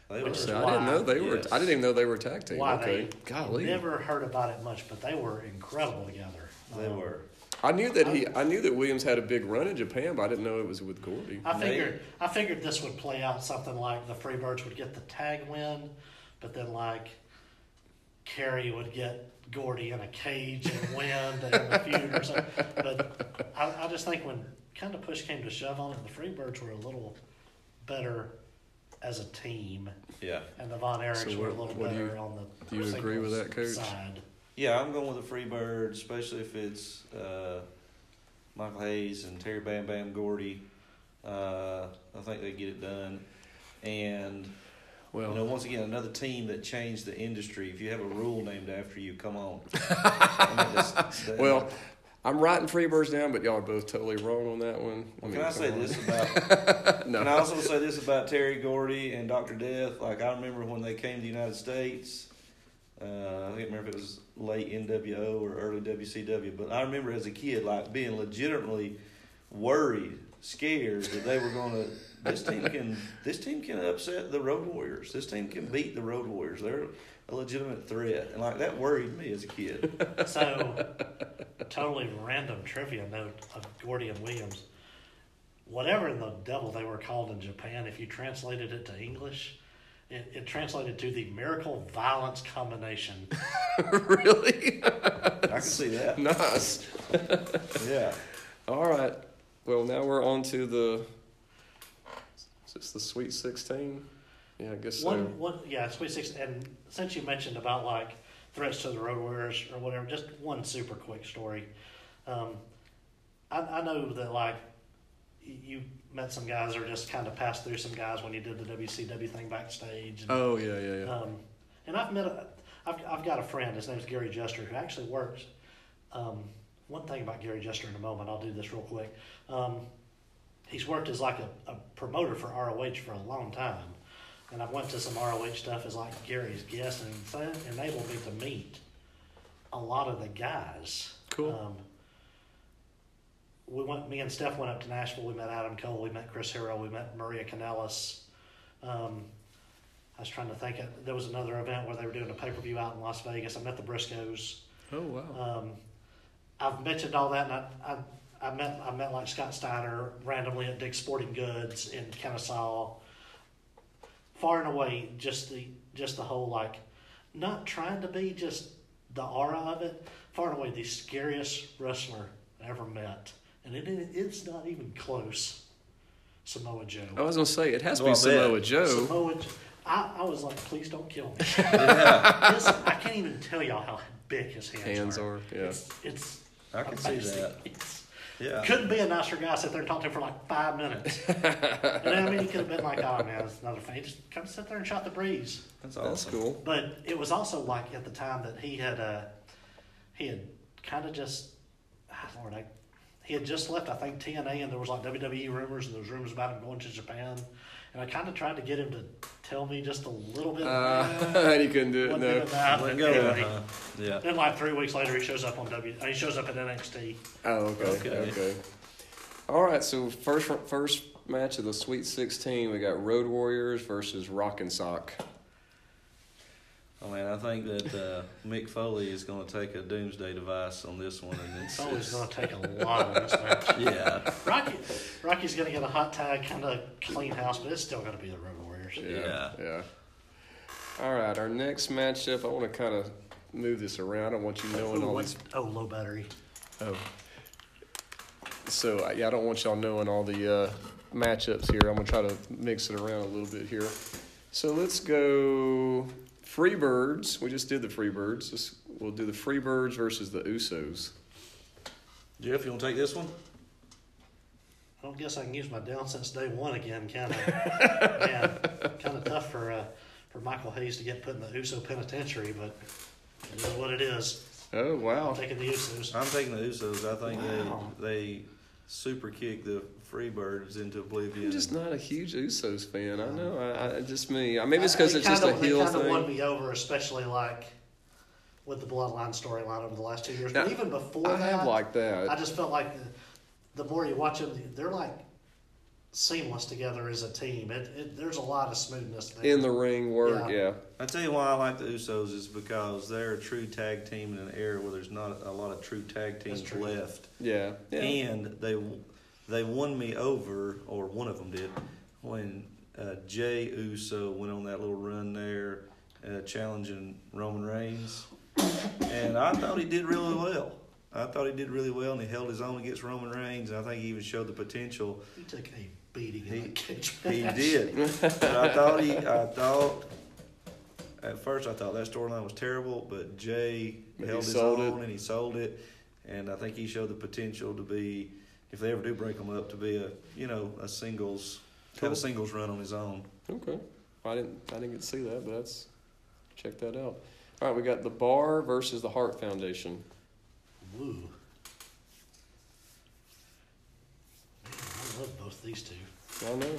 C: They
B: which
C: were.
B: is
A: So I
B: why-
A: didn't know they were.
C: Yes.
A: I didn't even know they were tag team.
B: Why
A: okay,
B: they
A: golly.
B: never heard about it much, but they were incredible together.
C: They
B: Um,
C: were.
A: I knew that he. I knew that Williams had a big run in Japan, but I didn't know it was with Gordy.
B: I
C: They-
B: figured I figured this would play out something like the Freebirds would get the tag win, but then like Kerry would get Gordy in a cage and win and the feud or something. But I, I just think when kind of push came to shove on it, the Freebirds were a little better as a team,
C: Yeah.
B: and the Von Erichs
A: So
B: were a
A: what-
B: little
A: what do
B: better
A: you-
B: on the
A: do you agree with that,
B: singles
A: Coach?
B: Side.
C: Yeah, I'm going with the Freebird, especially if it's uh, Michael Hayes and Terry Bam Bam Gordy. Uh, I think they get it done. And,
A: Well,
C: you know, once again, another team that changed the industry. If you have a rule named after you, come on. *laughs* I mean, that's- that-
A: well, I'm writing Freebirds down, but y'all are both totally wrong on that one. I
C: can I
A: come
C: say
A: on.
C: this
A: *laughs*
C: about
A: No.
C: And I also say this about Terry Gordy and Dr. Death. Like, I remember when they came to the United States. Uh, I can't remember if it was late NWO or early WCW, but I remember as a kid, like, being legitimately worried, scared that they were going to. This team can this team can upset the Road Warriors. This team can beat the Road Warriors. They're a legitimate threat, and like that worried me as a kid.
B: So, totally random trivia note of Gordy and Williams. Whatever in the devil they were called in Japan, if you translated it to English, it, it translated to the miracle violence combination.
A: *laughs* really *laughs*
C: I can see that.
A: nice.
C: Yeah,
A: All right. Well, now we're on to the. Is this the Sweet Sixteen? Yeah, I guess so.
B: One, one, yeah, Sweet Six. And since you mentioned about like threats to the Road Warriors or whatever, just one super quick story. Um, I, I know that like y- you met some guys or just kind of passed through some guys when you did the WCW thing backstage. And,
A: Oh yeah, yeah,
C: Uh,
A: yeah.
B: Um, and I've met, a, I've, I've got a friend, his name's Gary Jester, who actually works. Um, one thing about Gary Jester in a moment, I'll do this real quick. Um, he's worked as like a, a promoter for ROH for a long time. And I went to some ROH stuff as like Gary's guest, and that enabled me to meet a lot of the guys.
A: Cool.
B: Um, we went, me and Steph went up to Nashville. We met Adam Cole, we met Chris Hero, we met Maria Canellis. Um, I was trying to think. uh, There was another event where they were doing a pay per view out in Las Vegas. I met the Briscoes.
A: oh wow.
C: uh,
B: Um, I've mentioned all that, and I, I, I met I met like Scott Steiner randomly at Dick's Sporting Goods in Kennesaw. Far and away, just the just the whole like, not trying to be just the aura of it. Far and away, the scariest wrestler I ever met, and it, it it's not even close. Samoa Joe.
A: I was gonna say it has to
C: Oh, I
A: be
C: bet.
A: Samoa Joe.
B: Samoa Joe. I, I was like, please don't kill me.
C: yeah,
B: His- I can't even tell y'all how big his hands,
A: Hands
B: are.
A: are yeah.
B: It's, it's
C: I can see
B: amazing.
C: that.
B: It's-
C: Yeah,
B: couldn't be a nicer guy. Sit there and talk to him for like five
C: *laughs*
B: minutes. and I mean, he could have been like, "Oh man, it's another fan." He Just come sit there and shot the breeze.
C: that's awesome.
A: That's cool.
B: But it was also like at the time that he had, uh, he had kind of just, ah, Lord, I, he had just left, I think, TNA, and there was like WWE rumors, and there was rumors about him going to Japan. And I kind of tried to get him to tell me just a little bit. about
A: Uh, *laughs* he couldn't do it.
B: what
A: No.
B: bit about
C: Let
B: it,
C: go.
B: and
A: uh,
C: Uh-huh. Yeah.
B: Then, like three weeks later, he shows up on W. He shows up at NXT.
A: Oh, okay, okay.
C: Okay.
A: All right, so first first match of the Sweet 16, we got Road Warriors versus Rock and Sock.
C: I mean, I think that uh, Mick Foley is going to take a doomsday device on this one, and it's,
B: It's always
C: it's-
B: going to take a lot of this match.
C: yeah,
B: Rocky, Rocky's going to get a hot tag, kind of clean house, but it's still going to be the Road Warriors.
A: Yeah.
C: Yeah.
A: Yeah. All right, our next matchup, I want to kind of move this around. I want you knowing
B: Ooh,
A: all
B: what's-
A: these.
B: oh, low battery.
A: Oh. So I- yeah, I don't want y'all knowing all the uh, matchups here. I'm gonna try to mix it around a little bit here. So let's go Freebirds. We just did the Freebirds. Let's, we'll do the Freebirds versus the Usos.
C: Jeff, you want to take this one?
B: I don't guess I can use my down since day one again,
A: *laughs*
B: kind of. man, kind of tough for uh, for Michael Hayes to get put in the USO penitentiary, but it is what it is.
A: Oh
B: I'm
A: wow!
B: taking the USOs.
C: I'm taking the Usos. I think
B: Wow.
C: they they super kick the Freebirds into oblivion.
A: I'm just not a huge Usos fan. I know.
B: Uh,
A: I, I just me. I- Maybe it's because it's just a heel
B: They kind of won
A: thing.
B: me over, especially like with the Bloodline storyline over the last two years.
A: Now,
B: but even before
A: I
B: that,
A: have like that.
B: I just felt like the, the more you watch them, they're like seamless together as a team. It, it there's a lot of smoothness there.
A: in the ring work.
B: Yeah.
A: Yeah.
C: I tell you why I like the Usos is because they're a true tag team in an era where there's not a lot of true tag teams
B: true.
C: left,
A: Yeah. Yeah.
C: and they they won me over, or one of them did, when uh, Jay Uso went on that little run there, uh, challenging Roman Reigns, and I thought he did really well. I thought he did really well, and he held his own against Roman Reigns, and I think he even showed the potential
B: he took a beating in
C: He-
B: the *laughs* cage
A: *laughs*
C: He
B: match.
C: did. But I thought he. I thought. At first, I thought that storyline was terrible, but Jay
A: But he
C: held his
A: sold
C: own
A: it.
C: and he sold it, and I think he showed the potential to be, if they ever do break him up, to be a you know a singles have
A: Cool.
C: a singles run on his own.
A: Okay. I didn't I didn't get to see that, but that's check that out. All right, we got the bar versus the Heart Foundation.
B: Woo. Man, I love both these two.
A: I know.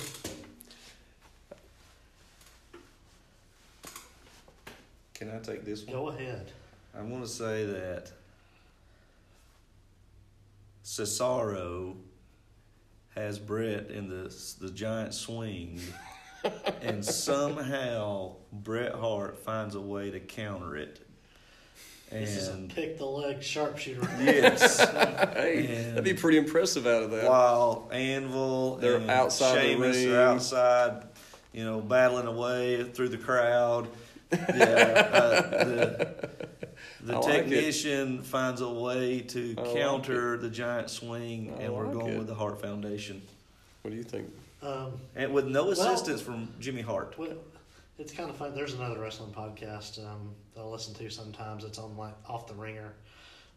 C: Can I take this one?
B: Go ahead.
C: I'm going to say that Cesaro has Brett in the the
B: *laughs*
C: giant swing, and somehow Bret Hart finds a way to counter it.
B: This is a *laughs*
C: And
B: pick the leg sharpshooter. *laughs*
C: yes,
A: Hey, that'd be
C: And-
A: pretty impressive out of that.
C: while Anvil
A: They're
C: and
A: outside the
C: Sheamus
A: ring.
C: are outside, you know, battling away through
A: *laughs*
C: the crowd. Yeah, uh, the the
A: I like it.
C: technician finds a way to
A: I like
C: counter the giant swing,
A: I
C: and we're
A: like
C: going
A: it.
C: with the Hart Foundation,
A: What do you think?
B: Um,
C: and with no assistance from Jimmy Hart.
B: well, it's kind of fun. There's another wrestling podcast um, that I listen to sometimes. It's on like off the ringer.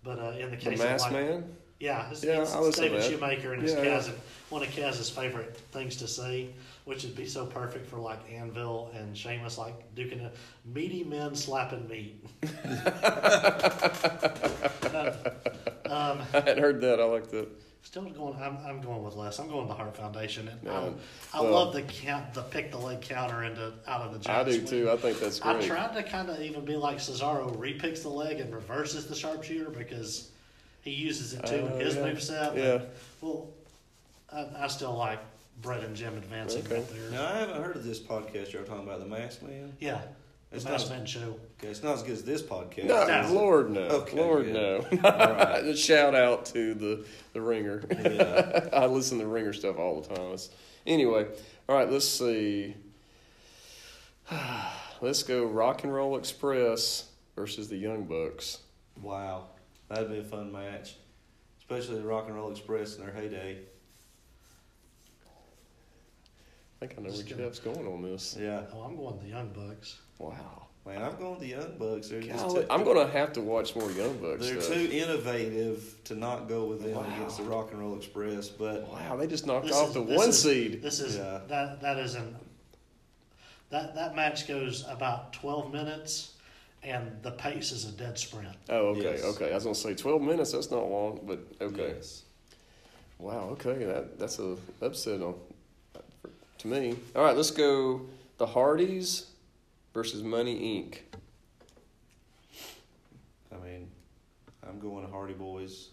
B: But uh, in the
A: The
B: case of
A: Masked
B: like,
A: Man? *laughs*
B: yeah, it's,
A: Yeah,
B: it's
A: I listen to
B: David
A: that.
B: Shoemaker and his
A: Yeah,
B: Kaz,
A: yeah.
B: one of Kaz's favorite things to say, which would be so perfect for like Anvil and Sheamus, like duking a meaty men slapping
A: *laughs*
B: meat. Uh, um,
A: I hadn't heard that. I like that.
B: Still going. I'm, I'm going with less. I'm going the Heart Foundation, and
A: Yeah.
B: I, I
A: Well-
B: love the count, the pick the leg counter into out of the.
A: I
B: Giant
A: do
B: swing.
A: too. I think that's
B: I
A: great.
B: tried to kind of even be like Cesaro, repicks the leg and reverses the sharpshooter because he uses it too
A: Oh,
B: in his
A: yeah.
B: moveset. but,
A: Yeah.
B: Well, I, I still like Brett and Jim advancing
A: Okay.
B: up there.
C: Now I haven't heard of this podcast you're talking about, the Masked Man.
B: Yeah. The
C: It's
B: Masked
C: not-
B: Man Show.
C: Okay, it's not as good as this
A: *laughs*
C: podcast.
A: No,
B: No.
A: Lord, no.
C: Okay,
A: Lord,
C: good.
A: no.
C: Alright.
A: Just *laughs* Shout out to the, the ringer.
C: Yeah.
A: *laughs* I listen to Ringer stuff all the time. It's- anyway, all right, let's see. *sighs* Let's go Rock and Roll Express versus the Young Bucks.
C: Wow, that'd be a fun match, especially the Rock and Roll Express in their heyday.
A: I think I know where
B: Just gonna-
A: Jeff's going on this.
C: Yeah,
B: Oh, I'm going the Young Bucks.
A: Wow.
C: man, I'm going with the Young Bucks. They're just
A: Golly,
C: too-
A: I'm going to have to watch more Young Bucks
C: They're
A: stuff.
C: too innovative to not go with them
A: Wow.
C: against the Rock and Roll Express, but
A: Wow, they just knocked
B: This
A: off
B: is-
A: the
B: this
A: one
B: is-
A: seed.
B: This is
C: Yeah.
B: that that is an that that match goes about twelve minutes, and the pace is a dead sprint.
A: Oh, okay,
C: Yes.
A: okay. I was going to say 12 minutes. That's not long, but okay.
C: yes.
A: Wow. Okay, that that's a upset on to me. All right, let's go. The Hardys versus Money Inc.
C: I mean, I'm going Hardy Boys.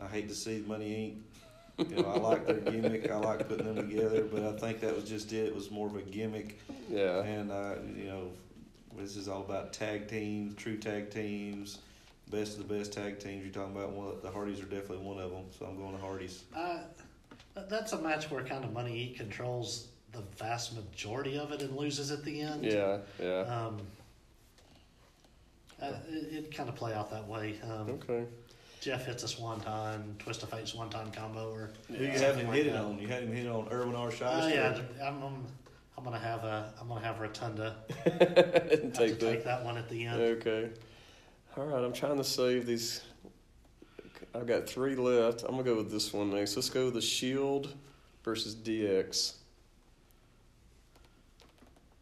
C: I hate to see Money Inc. You know, I like their gimmick. I like putting them together, but I think that was just it. It was more of a gimmick,
A: Yeah.
C: and uh, you know, this is all about tag teams, true tag teams, best of the best tag teams. You're talking about one. Of, the Hardys are definitely one of them, so I'm going to Hardys.
B: Uh, that- that's a match where kind of Money Eat controls the vast majority of it and loses at the end.
A: Yeah. Yeah.
B: Um, uh, it, it kind of play out that way. Um,
A: Okay. *laughs*
B: Jeff hits us one time, twist of fate's one time combo, or
C: Who you
B: something
C: having him
B: like
C: hit it
B: that.
C: on? You had him hit it on Irwin R.
B: Oh
C: Shyster.
B: yeah, I'm, I'm, I'm gonna have a I'm gonna have Rotunda have to
A: *laughs* Take
B: take
A: that.
B: that one at the end.
A: Okay. All right. I'm trying to save these. I've got three left. I'm gonna go with this one next. Let's go with the Shield versus DX.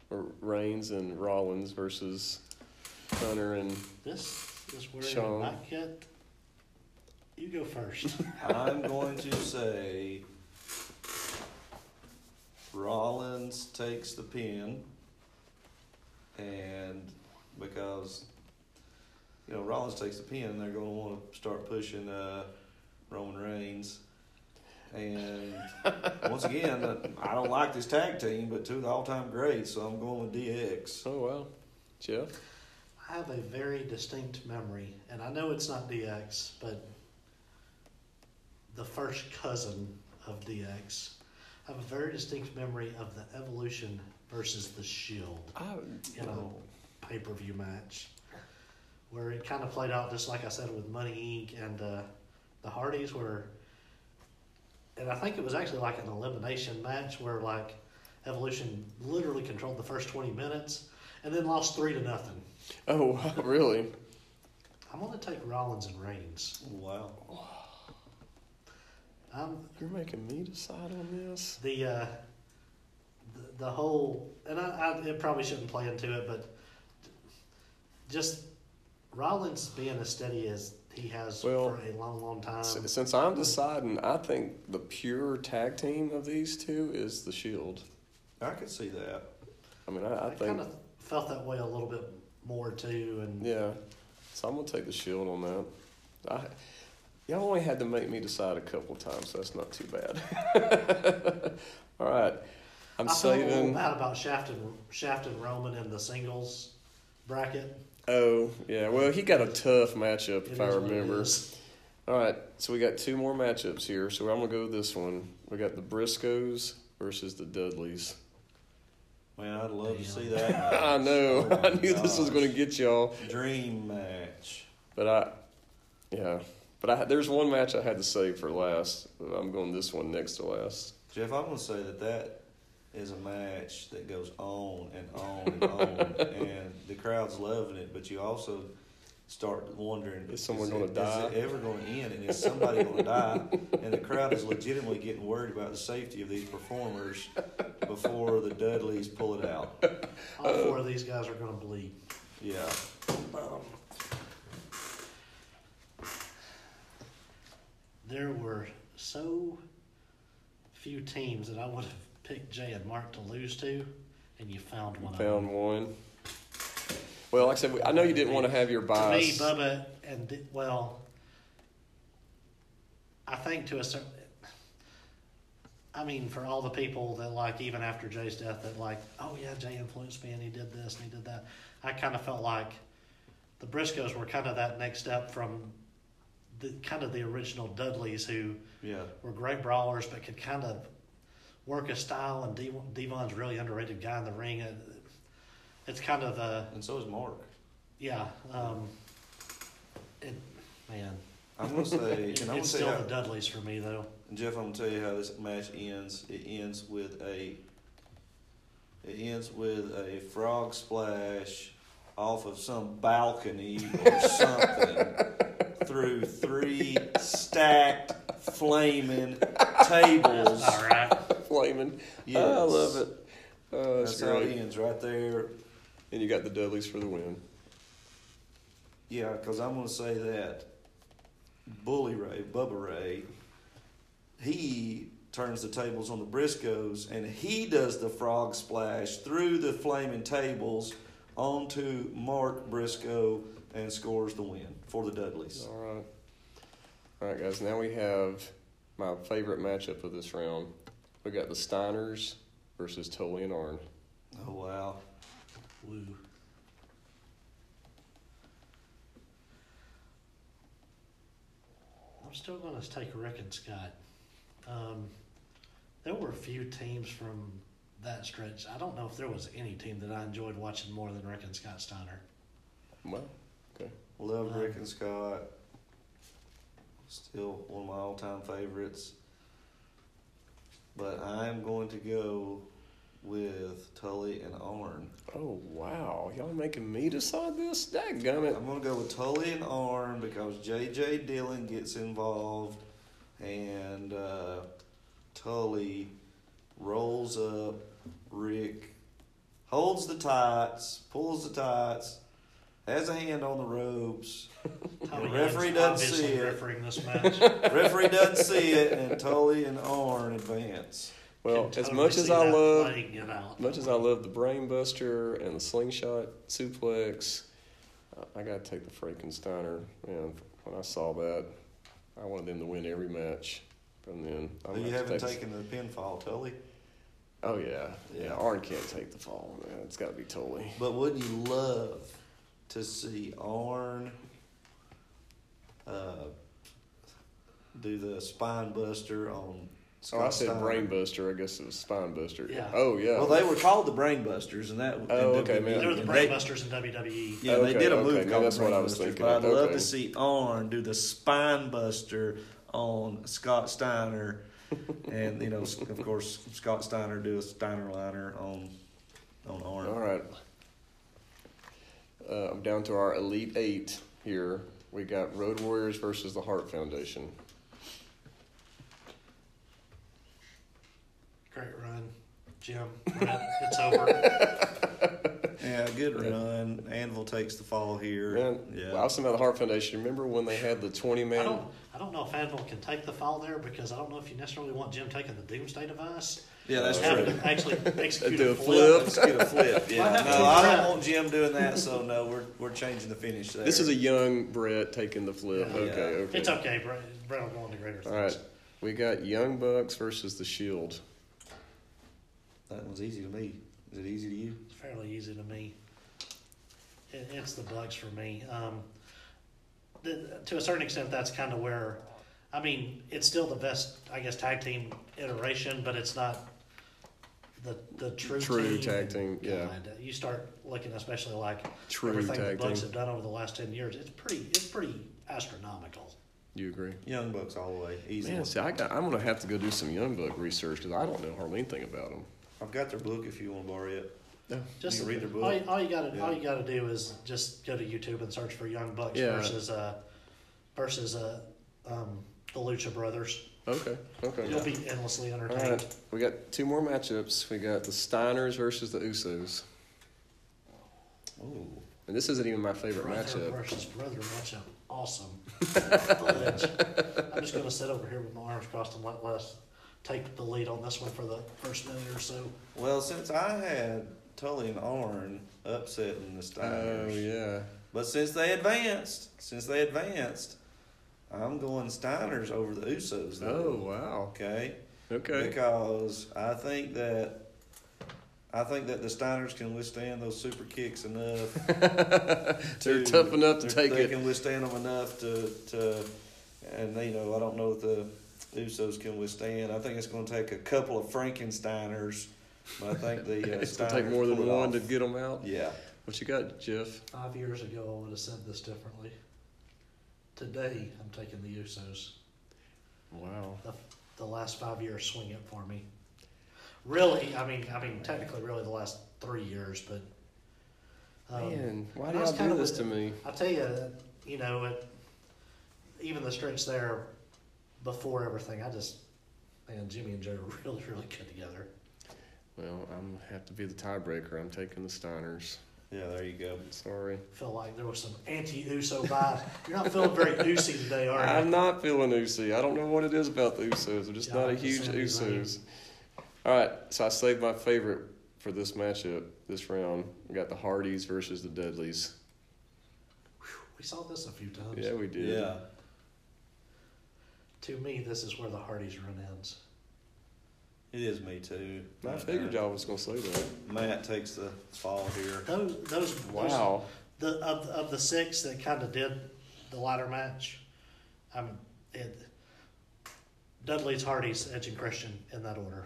A: Or Reigns and Rollins versus Hunter and
B: This is where
A: Sean.
B: Sean. I get. You go first.
C: I'm going to say Rollins takes the pin, and because you know Rollins takes the pin, they're going to want to start pushing uh, Roman Reigns.
B: *laughs*
C: And once again, uh, I don't like this tag team, but two of the all-time greats, so I'm going with DX.
A: oh wow, Jeff.
B: I have a very distinct memory, and I know it's not DX, but the first cousin of DX. I have a very distinct memory of the Evolution versus the Shield
A: I,
B: in a pay per view match, where it kind of played out just like I said with Money Inc. and uh, the Hardys, where, and I think it was actually like an elimination match where like Evolution literally controlled the first twenty minutes and then lost three to nothing.
A: oh *laughs* wow, really?
B: I'm gonna take Rollins and Reigns.
C: Wow.
B: I'm
A: You're making me decide on this.
B: Um, the uh, the, the whole, and I, I it probably shouldn't play into it, but just Rollins being as steady as he has
A: Well,
B: for a long, long time.
A: S- Since I'm deciding, I think the pure tag team of these two is the Shield.
C: I could see that.
A: I mean, I,
B: I,
A: I think,
B: kind of felt that way a little bit more too, and
A: yeah. So I'm gonna take the Shield on that. I, y'all only had to make me decide a couple of times, so that's not too bad. *laughs* All right, I'm
B: I felt a little
A: saving.
B: bad about Shaft and Shaft and Roman in the singles bracket.
A: Oh yeah, well he got a tough matchup
B: It
A: if I
B: is what it
A: remember.
B: is.
A: All right, so we got two more matchups here. So I'm gonna go with this one. We got the Briscoes versus the Dudleys.
C: Man, I'd love
B: Damn.
C: to
A: *laughs*
C: see that.
A: I
C: match.
A: know.
C: *laughs* Oh
A: I
C: my
A: knew this was
C: gosh.
A: going to get y'all,
C: Dream match.
A: but I, yeah, but I there's one match I had to save for last. I'm going this one next to last.
C: Jeff, I'm gonna say that that is a match that goes on and on
A: *laughs*
C: and on, and the crowd's loving it. But you also start wondering:
A: Is someone
C: it-
A: gonna die?
C: Is it ever going to end? And is
A: *laughs*
C: somebody going to die? And the crowd is legitimately getting worried about the safety of these performers before the Dudleys pull it out.
B: All four of these guys are going to bleed.
C: Yeah,
B: There were so few teams that I would have picked Jay and Mark to lose to, and you found one. of
A: Found one. Well, like I said, we- I know you didn't want to have your
B: them. To
A: bias.
B: me, Bubba and D- well, I think to a certain. I mean, for all the people that like, even after Jay's death, that like, oh yeah, Jay influenced me and he did this and he did that. I kind of felt like the Briscoes were kind of that next step from the kind of the original Dudleys who
C: yeah.
B: were great brawlers, but could kind of work a style. And D- Devon's a really underrated guy in the ring. Uh, It's kind of a
C: And so is Mark.
B: yeah. Um, it, man,
C: I'm gonna say,
B: it,
C: and I'm gonna
B: it's
C: say
B: still
C: how-
B: the Dudleys for me though.
C: And Jeff, I'm gonna tell you how this match ends. It ends with a it ends with a frog splash off of some balcony or something through three stacked flaming tables.
B: All right,
A: Flaming.
C: Yes.
A: I love it. Oh, that's
C: That's how it
A: great.
C: ends right there.
A: And you got the Dudleys for the win.
C: Yeah, because I'm gonna say that Bully Ray, Bubba Ray, he turns the tables on the Briscoes, and he does the frog splash through the flaming tables onto Mark Briscoe and scores the win for the Dudleys.
A: All right. All right, guys. Now we have my favorite matchup of this round. We got the Steiners versus Tully and Arn.
C: Oh wow!
B: Woo. I'm still going to take a Rick and Scott. Um, there were a few teams from that stretch. I don't know if there was any team that I enjoyed watching more than Rick and Scott Steiner.
A: Well,
C: Love Rick and Scott. Still one of my all-time favorites. But I'm going to go with Tully and Arn.
A: oh wow, y'all making me decide this? Dadgummit.
C: I'm gonna go with Tully and Arn because J.J. Dillon gets involved, and uh, Tully rolls up. Rick holds the tights, pulls the tights, has a hand on the ropes.
B: Tommy
C: referee
B: Young's
C: doesn't
B: obviously
C: see it.
B: refereeing
C: *laughs*
B: this match.
C: Referee doesn't see it, and Tully and Arn advance.
A: Well,
B: Can
A: as
B: totally
A: much as
B: see
A: I
B: that
A: love,
B: playing it out.
A: much as I love the brainbuster and the slingshot suplex, uh, I- I gotta take the Frankensteiner. Man, when I saw that, I wanted them to win every match. From then, I'm
C: Oh, you
A: gonna have to
C: haven't
A: take-
C: taken the pinfall, Tully.
A: Oh yeah, yeah.
C: Yeah.
A: Arn can't take the fall. Man. It's gotta be Tully.
C: But wouldn't you love to see Arn uh, do the spine buster on Scott
A: Oh, I said
C: Steiner?
A: brainbuster. I guess it was spinebuster.
B: Yeah.
A: Oh yeah.
C: Well, they were called the Brain Busters, and that.
A: Oh,
C: and
A: okay, man.
B: They were the
C: and
B: Brain Busters in E. WWE.
C: Yeah,
A: Okay,
C: they did a
A: okay,
C: movie
A: maybe
C: called
A: that's
C: the
A: what I
C: Brain
A: was
C: Busters,
A: thinking
C: But
A: of,
C: I'd love
A: okay.
C: to see Arn do the spine buster on
A: *laughs*
C: Scott Steiner, and you know, of course, Scott Steiner do a Steiner liner on on Arn.
A: All right. Uh, I'm down to our elite eight here. We got Road Warriors versus the Heart Foundation.
B: Great run, Jim. Brett, it's over.
C: Yeah, good run. Anvil takes the fall here.
A: Man,
C: yeah.
A: I was talking about the Heart Foundation. Remember when they had the 20
B: I
A: man?
B: don't, I don't know if Anvil can take the fall there because I don't know if you necessarily want Jim taking the Doomsday device.
C: yeah, that's
B: having
C: true.
B: to actually
A: *laughs*
B: execute
A: Do a
B: a flip.
C: Uh, Let's get a flip.
B: Why
C: Yeah.
B: have
C: No,
B: two
C: I
B: crap?
C: don't want Jim doing that, so no, we're we're changing the finish there.
A: This is a young Brett taking the flip.
B: Yeah.
A: Okay, okay.
B: It's okay, Brett. Brett will go on to greater things.
A: All right. We got Young Bucks versus the Shield.
C: that one's easy to me. Is it easy to you?
B: It's fairly easy to me. It, it's the Bucks for me. Um, th- to a certain extent, that's kind of where, I mean, it's still the best, I guess, tag team iteration, but it's not the the true
A: True
B: team.
A: tag team, yeah.
B: God, you start looking, especially like
A: True
B: everything
A: tag
B: the Bucks
A: team.
B: have done over the last ten years. It's pretty, it's pretty astronomical.
A: You agree?
C: Young Bucks all the way. Easy.
A: Man, see, I got, I'm gonna have to go do some Young Buck research because I don't know hardly anything about them.
C: I've got their book if you want to borrow it.
B: Just
C: You can read their book.
B: All, you- all you got to all
C: Yeah.
B: you got to do is just go to YouTube and search for Young Bucks
A: Yeah.
B: versus uh, versus uh, um, the Lucha Brothers.
A: Okay, okay.
B: You'll be endlessly
A: All
B: entertained.
A: right, we got two more matchups. We got the Steiners versus the Usos,
C: Ooh.
A: and this isn't even my favorite
B: Brother
A: matchup.
B: versus brother matchup,
A: *laughs*
B: awesome. I'm just gonna sit over here with my arms crossed and let Les take the lead on this one for the first minute or so.
C: Well, since I had Tully and Arn upsetting the
A: Oh
C: Steiners.
A: yeah,
C: But since they advanced, since they advanced, I'm going Steiners over the Usos.
A: oh
C: though.
A: wow,
C: Okay.
A: okay,
C: Because I think that I think that the Steiners can withstand those super kicks enough.
A: they're tough enough to *laughs*
C: they're-
A: take
C: they
A: it.
C: can withstand them enough to to, and you know I don't know if the Usos can withstand. I think it's going to take a couple of Frankensteiners, but I
A: *laughs*
C: think the uh,
A: It's gonna take
C: Steiners
A: more
C: pull
A: than
C: it
A: one
C: off.
A: to get them out.
C: Yeah.
A: What you got, Jeff?
B: Five years ago, I would have said this differently. Today, I'm taking the Usos.
A: Wow.
B: the, the last five years swing it for me. Really, I mean, I mean, technically, really the last three years, but um,
A: Man, why
B: I
A: do
B: was
A: y'all do
B: kinda
A: this
B: with-
A: to me?
B: I tell you, you know, it, even the stretch there before everything, I just man, Jimmy and Joe *laughs* are really, really good together.
A: Well, I'm gonna have to be the tiebreaker. I'm taking the Steiners.
C: Yeah, there you go.
A: Sorry.
B: Felt like there was some anti-Uso vibes. You're not feeling very Usy today, are you?
A: I'm not feeling Usy. I don't know what it is about the Usos. I'm just
B: Yeah,
A: not a
B: I'm the
A: huge
B: same as I am.
A: Usos. All right, so I saved my favorite for this matchup, this round. We got the Hardys versus the Dudleys.
B: We saw this a few times.
A: Yeah, we did.
C: Yeah.
B: To me, this is where the Hardys run ends.
C: It is me too. Uh,
A: I figured y'all was gonna say that.
C: Matt takes the fall here.
B: Those, those, those-
A: Wow.
B: the of of the six that kind of did the ladder match, I'm it. Dudley's, Hardy's, Edge, and Christian in that order.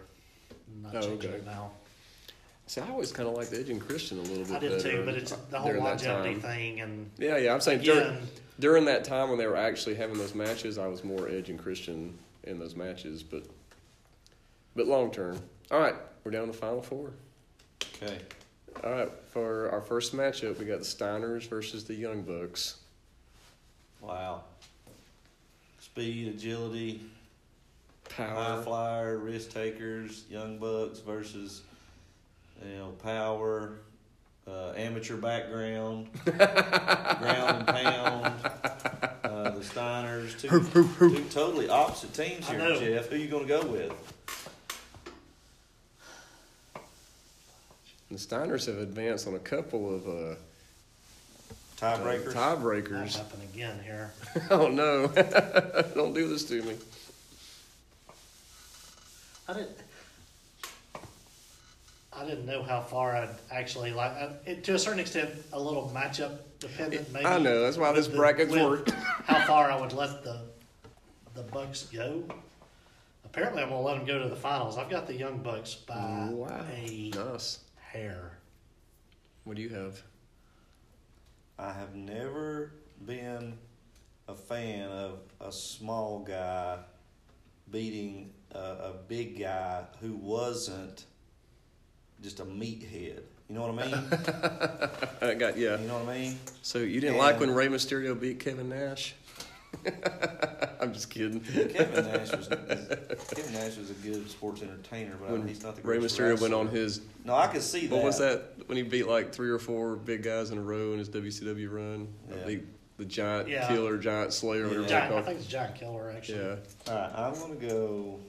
B: I'm not
A: Oh,
B: changing
A: okay.
B: it now.
A: See, I always kind of liked Edge and Christian a little bit.
B: I did
A: better
B: too, but it's the whole
A: during that
B: longevity
A: time.
B: thing, and
A: Yeah, yeah. I'm saying
B: Yeah.
A: during, during that time when they were actually having those matches, I was more Edge and Christian in those matches, but but long term. All right, we're down to final four.
C: Okay.
A: All right, for our first matchup, we got the Steiners versus the Young Bucks.
C: Wow. Speed, agility, high
A: Power.
C: flyer, risk takers, young bucks versus you know power, uh, amateur background, ground and pound. Uh, the Steiners, two, two totally opposite teams
B: I
C: here,
B: know.
C: Jeff. Who you gonna go with?
A: The Steiners have advanced on a couple of uh,
C: Tiebreakers.
B: that
A: tiebreakers.
B: happened again here.
A: *laughs* oh no! Don't do this to me.
B: I didn't. I didn't know how far I'd actually like. I, it, to a certain extent, a little matchup dependent. Maybe
A: I know that's why
B: with
A: this
B: the-
A: bracket's
B: with
A: worked.
B: how far I would let the the Bucks go. Apparently, I'm gonna let them go to the finals. I've got the Young Bucks by
A: Wow,
B: a
A: nice.
B: hair.
A: What do you have?
C: I have never been a fan of a small guy beating a, a big guy who wasn't just a meathead. You know what I
A: I
C: mean?
A: got yeah.
C: you know what I mean?
A: So you didn't
C: And-
A: like when Rey Mysterio beat Kevin Nash? *laughs* I'm just kidding.
C: Kevin Nash was Kevin Nash was a good sports entertainer, but I
A: When
C: he's not the
A: Rey
C: greatest
A: Mysterio went on
C: wrestler.
A: his
C: No, I could see that.
A: what was that when he beat like three or four big guys in a row in his WCW run? I
C: Yeah.
A: think the giant
B: Yeah.
A: killer, giant slayer, whatever
C: Yeah.
A: they
B: Giant, I
A: call
B: think it's Giant Killer actually.
A: Yeah.
C: All right, I'm gonna go.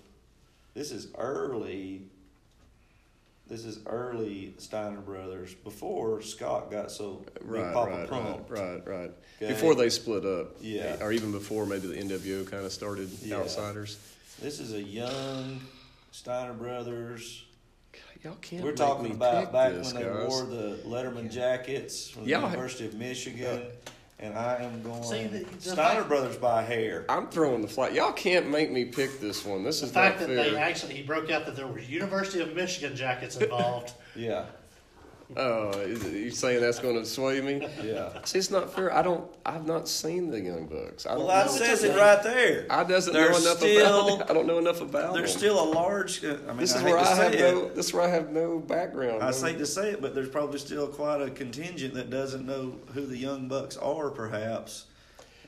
C: This is early. This is early Steiner Brothers before Scott got so Big
A: Right,
C: Papa
A: right, right,
C: Pump.
A: right, right.
C: Okay.
A: Before they split up,
C: Yeah.
A: or even before maybe the NWO kind of started
C: Yeah.
A: outsiders.
C: This is a young Steiner Brothers.
A: God, y'all can't.
C: We're
A: make
C: talking
A: me
C: about
A: pick
C: back
A: this,
C: when they
A: guys.
C: wore the Letterman jackets from the
A: Y'all have-
C: University of Michigan, and I am going
B: See, the- the
C: Steiner
B: fact-
C: Brothers by a hair.
A: I'm throwing the flag. Y'all can't make me pick this one. This
B: The
A: is
B: fact
A: not
B: that
A: fair.
B: they actually he broke out that there were University of Michigan jackets involved.
C: Yeah,
A: Oh, is it- you saying that's going to sway *laughs* me?
C: yeah.
A: See, it's not fair. I don't. I've not seen the Young Bucks. I don't.
C: Well, that
A: know.
C: says it right there.
A: I doesn't know
C: They're
A: enough
C: still-
A: about. *laughs* It. I don't know enough about.
C: There's
A: them.
C: still a large. uh, I mean,
A: This
C: I
A: is
C: hate
A: where
C: to
A: I
C: say
A: have
C: it.
A: no. This is where I have no background.
C: I
A: no-
C: hate to say it, but there's probably still quite a contingent that doesn't know who the Young Bucks are, perhaps.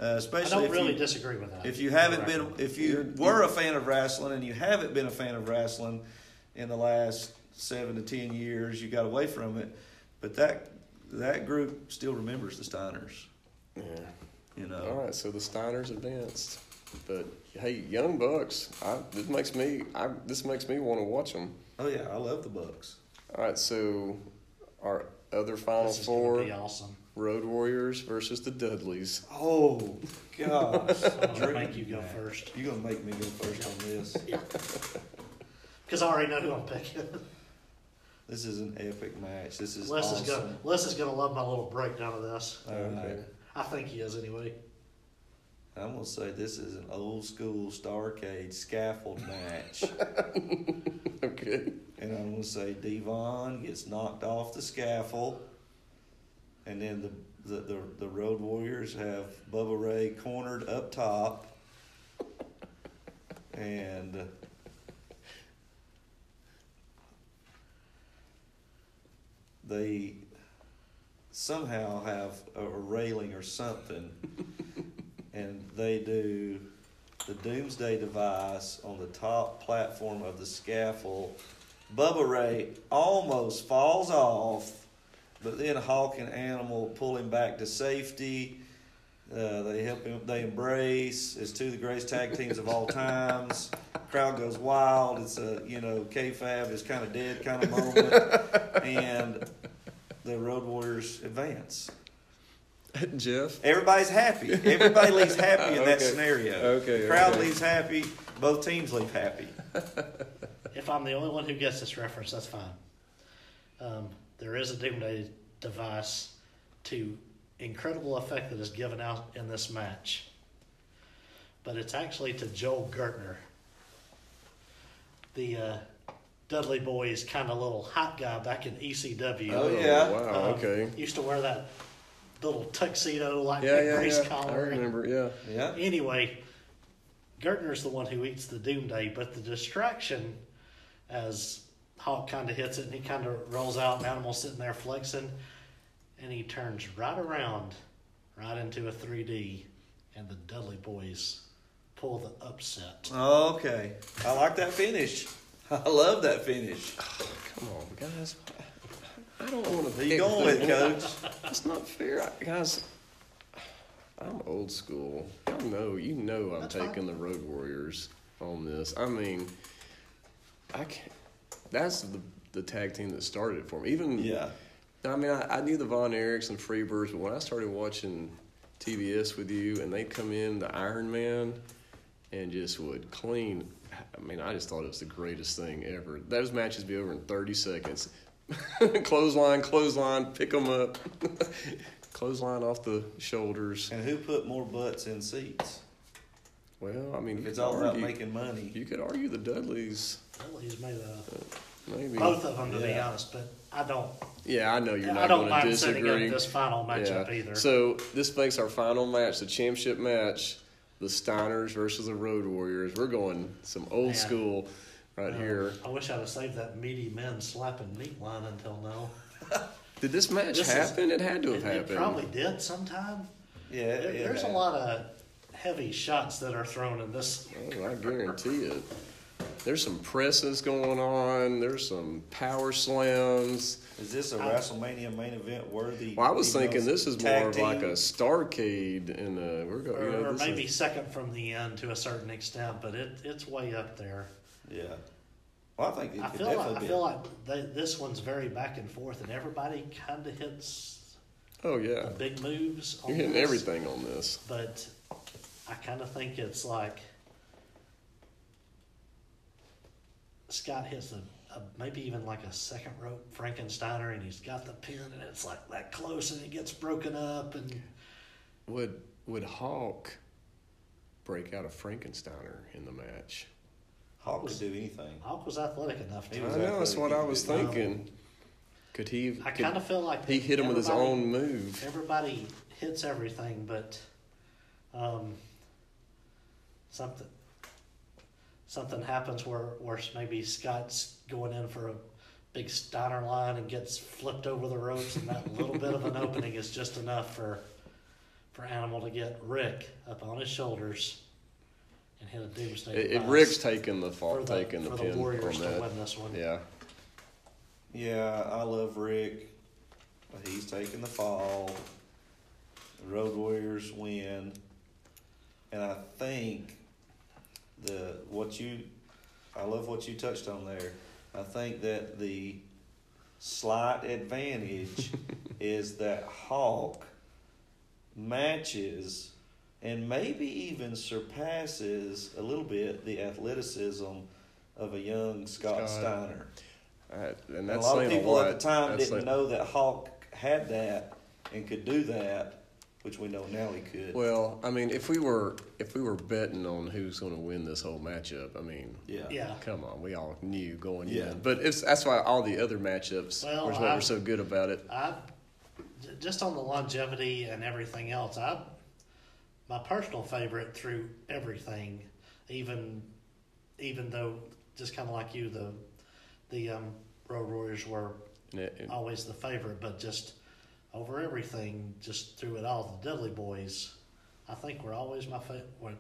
C: Uh,
B: I
C: especially
B: don't
C: if
B: really
C: you,
B: disagree with that.
C: if you haven't been, if you were a fan of wrestling and you haven't been a fan of wrestling in the last seven to ten years, you got away from it. But that that group still remembers the Steiners,
A: Yeah.
C: you know.
A: All right. So the Steiners advanced, but hey, Young Bucks. I, this makes me. I, this makes me want to watch them.
C: Oh yeah, I love the Bucks.
A: All right. So our other final
B: this is gonna
A: four:
B: be uh, awesome.
A: Road Warriors versus the Dudleys. *laughs*
C: Oh
B: *laughs*
C: gosh,
B: I'm gonna make you go first
C: You're gonna make me go first on this.
B: because I already know who I'm picking.
C: This is an epic match. This is
B: Les
C: awesome.
B: is gonna Les is gonna love my little breakdown of this.
C: All right.
B: I think he is anyway.
C: I'm gonna say this is an old school Starcade scaffold match,
A: Okay.
C: and I'm gonna say Devon gets knocked off the scaffold, and then the the the, the Road Warriors have Bubba Ray cornered up top, and uh, they somehow have a, a railing or something, and they do the Doomsday device on the top platform of the scaffold. Bubba Ray almost falls off, But then Hawk and Animal pull him back to safety. Uh, they help him. They embrace. It's two of the greatest tag teams of all times. Crowd goes wild. It's a you know K-Fab is kind of dead kind of moment, and the Road Warriors advance.
A: *laughs* Jeff.
C: Everybody's happy. Everybody leaves happy in that
A: *laughs* Okay.
C: scenario.
A: Okay,
C: The crowd
A: okay.
C: leaves happy. Both teams leave happy.
B: If I'm the only one who gets this reference, that's fine. Um, there is a Doomsday device to incredible effect that is given out in this match, but it's actually to Joel Gertner. The uh, Dudley Boys kind of little hot guy back in ECW.
C: Oh, yeah.
A: Wow.
B: Um,
A: okay.
B: Used to wear that little tuxedo like
A: Yeah,
B: big
A: yeah,
B: race
A: yeah. I
B: collar.
A: remember. Yeah.
C: Yeah.
B: Anyway, Gertner's the one who eats the Doomsday, but the distraction, as Hawk kind of hits it and he kind of rolls out, and Animal's sitting there flexing, and he turns right around, right into a 3D, and the Dudley Boys pull the upset.
C: Okay. I like that finish. *laughs* I love that finish.
A: Come on, guys. I don't want to.
C: Who you going with, Coach?
A: That's not fair, I, guys. I'm old school. I know you know I'm
B: That's
A: taking
B: fine.
A: the Road Warriors on this. I mean, I can't. That's the the tag team that started it for me. Even
C: Yeah.
A: I mean, I, I knew the Von Erichs and Freebirds, but when I started watching TBS with you, and they come in the Iron Man, and just would clean. I mean, I just thought it was the greatest thing ever. Those matches be over in thirty seconds. *laughs* clothesline, clothesline, pick them up. *laughs* clothesline off the shoulders.
C: And who put more butts in seats?
A: Well, I mean,
C: If
A: you
C: it's
A: could
C: all about
A: argue-
C: making money.
A: You could argue the Dudleys,
B: Dudley's made a,
A: maybe.
B: both of them, to be
C: Yeah.
B: honest, but I don't.
A: Yeah, I know you're
B: I
A: not
B: don't
A: going to
B: mind setting up
A: disagree.
B: this final matchup
A: Yeah.
B: either.
A: So this makes our final match, the championship match, the Steiners versus the Road Warriors. We're going some old
B: Man.
A: school right
B: Um,
A: here.
B: I wish I'd have saved that meaty men slapping meat line until now.
A: Did this match
B: this is-
A: happen? it had to have
B: It, it
A: happened.
B: probably did sometime.
C: Yeah.
B: There-
C: yeah.
B: There's a lot of heavy shots that are thrown in this.
A: Oh, I guarantee it. There's some presses going on. There's some power slams.
C: Is this a WrestleMania main event worthy?
A: Well, I was
C: you know,
A: thinking this is
C: tag
A: more of like
C: team?
A: a Starcade, and uh, we're
C: Oh,
A: going.
B: Or,
A: You know,
B: or
A: this
B: maybe
A: is,
B: second from the end to a certain extent, but it, it's way up there.
C: Yeah. Well, I think it
B: I
C: could
B: feel like I
C: definitely
B: feel like they, this one's very back and forth, and everybody kind of hits
A: oh yeah,
B: the big
C: *laughs*
B: moves. On
A: you're hitting
B: this,
A: everything on this.
B: but I kind of think it's like Scott hits a, a maybe even like a second rope Frankensteiner, and he's got the pin, and it's like that close, and it gets broken up, and.
A: Would would Hawk break out a Frankensteiner in the match?
C: Hawk could do anything.
B: Hawk was athletic enough
C: He
B: to.
A: I
C: was
A: know that's what I was
C: athletic.
A: thinking. Could Uh, he?
B: I
A: could-
B: kind of feel like
A: He hit him with his
B: everybody-
A: own move.
B: Everybody hits everything, but um, something something happens where where maybe Scott's going in for a big Steiner line and gets flipped over the ropes, and that little bit of an opening is just enough for for Animal to get Rick up on his shoulders and hit a doomsday.
A: It, it
B: device
A: Rick's taking the
B: uh, for
A: fault,
B: the,
A: taking the
B: for
A: pin
B: the Warriors
A: on
B: to
A: that.
B: win this one.
A: Yeah,
C: Yeah, I love Rick. but He's taking the fall. The Road Warriors win. And I think the what you I love what you touched on there. I think that the slight advantage is that Hawk matches and maybe even surpasses a little bit the athleticism of a young
A: Scott.
C: Scott. Steiner.
A: I, and
C: And a
A: that's
C: lot of
A: saying
C: people
A: a lot.
C: at the time
A: That's
C: didn't
A: saying-
C: know that Hawk had that and could do that, which we know now he could.
A: Well, I mean, if we were if we were betting on who's going to win this whole matchup, I mean,
C: yeah.
B: Yeah.
A: come on, we all knew going
C: Yeah.
A: in. But it's that's why all the other matchups,
B: Well,
A: which is why
B: I-
A: we're so good about it.
B: I j- just on the longevity and everything else. I my personal favorite through everything, even even though just kind of like you, the the um, Road Warriors were
A: And it- and-
B: always the favorite, but just over everything, just through it all, the Dudley Boys, I think were always my favorite.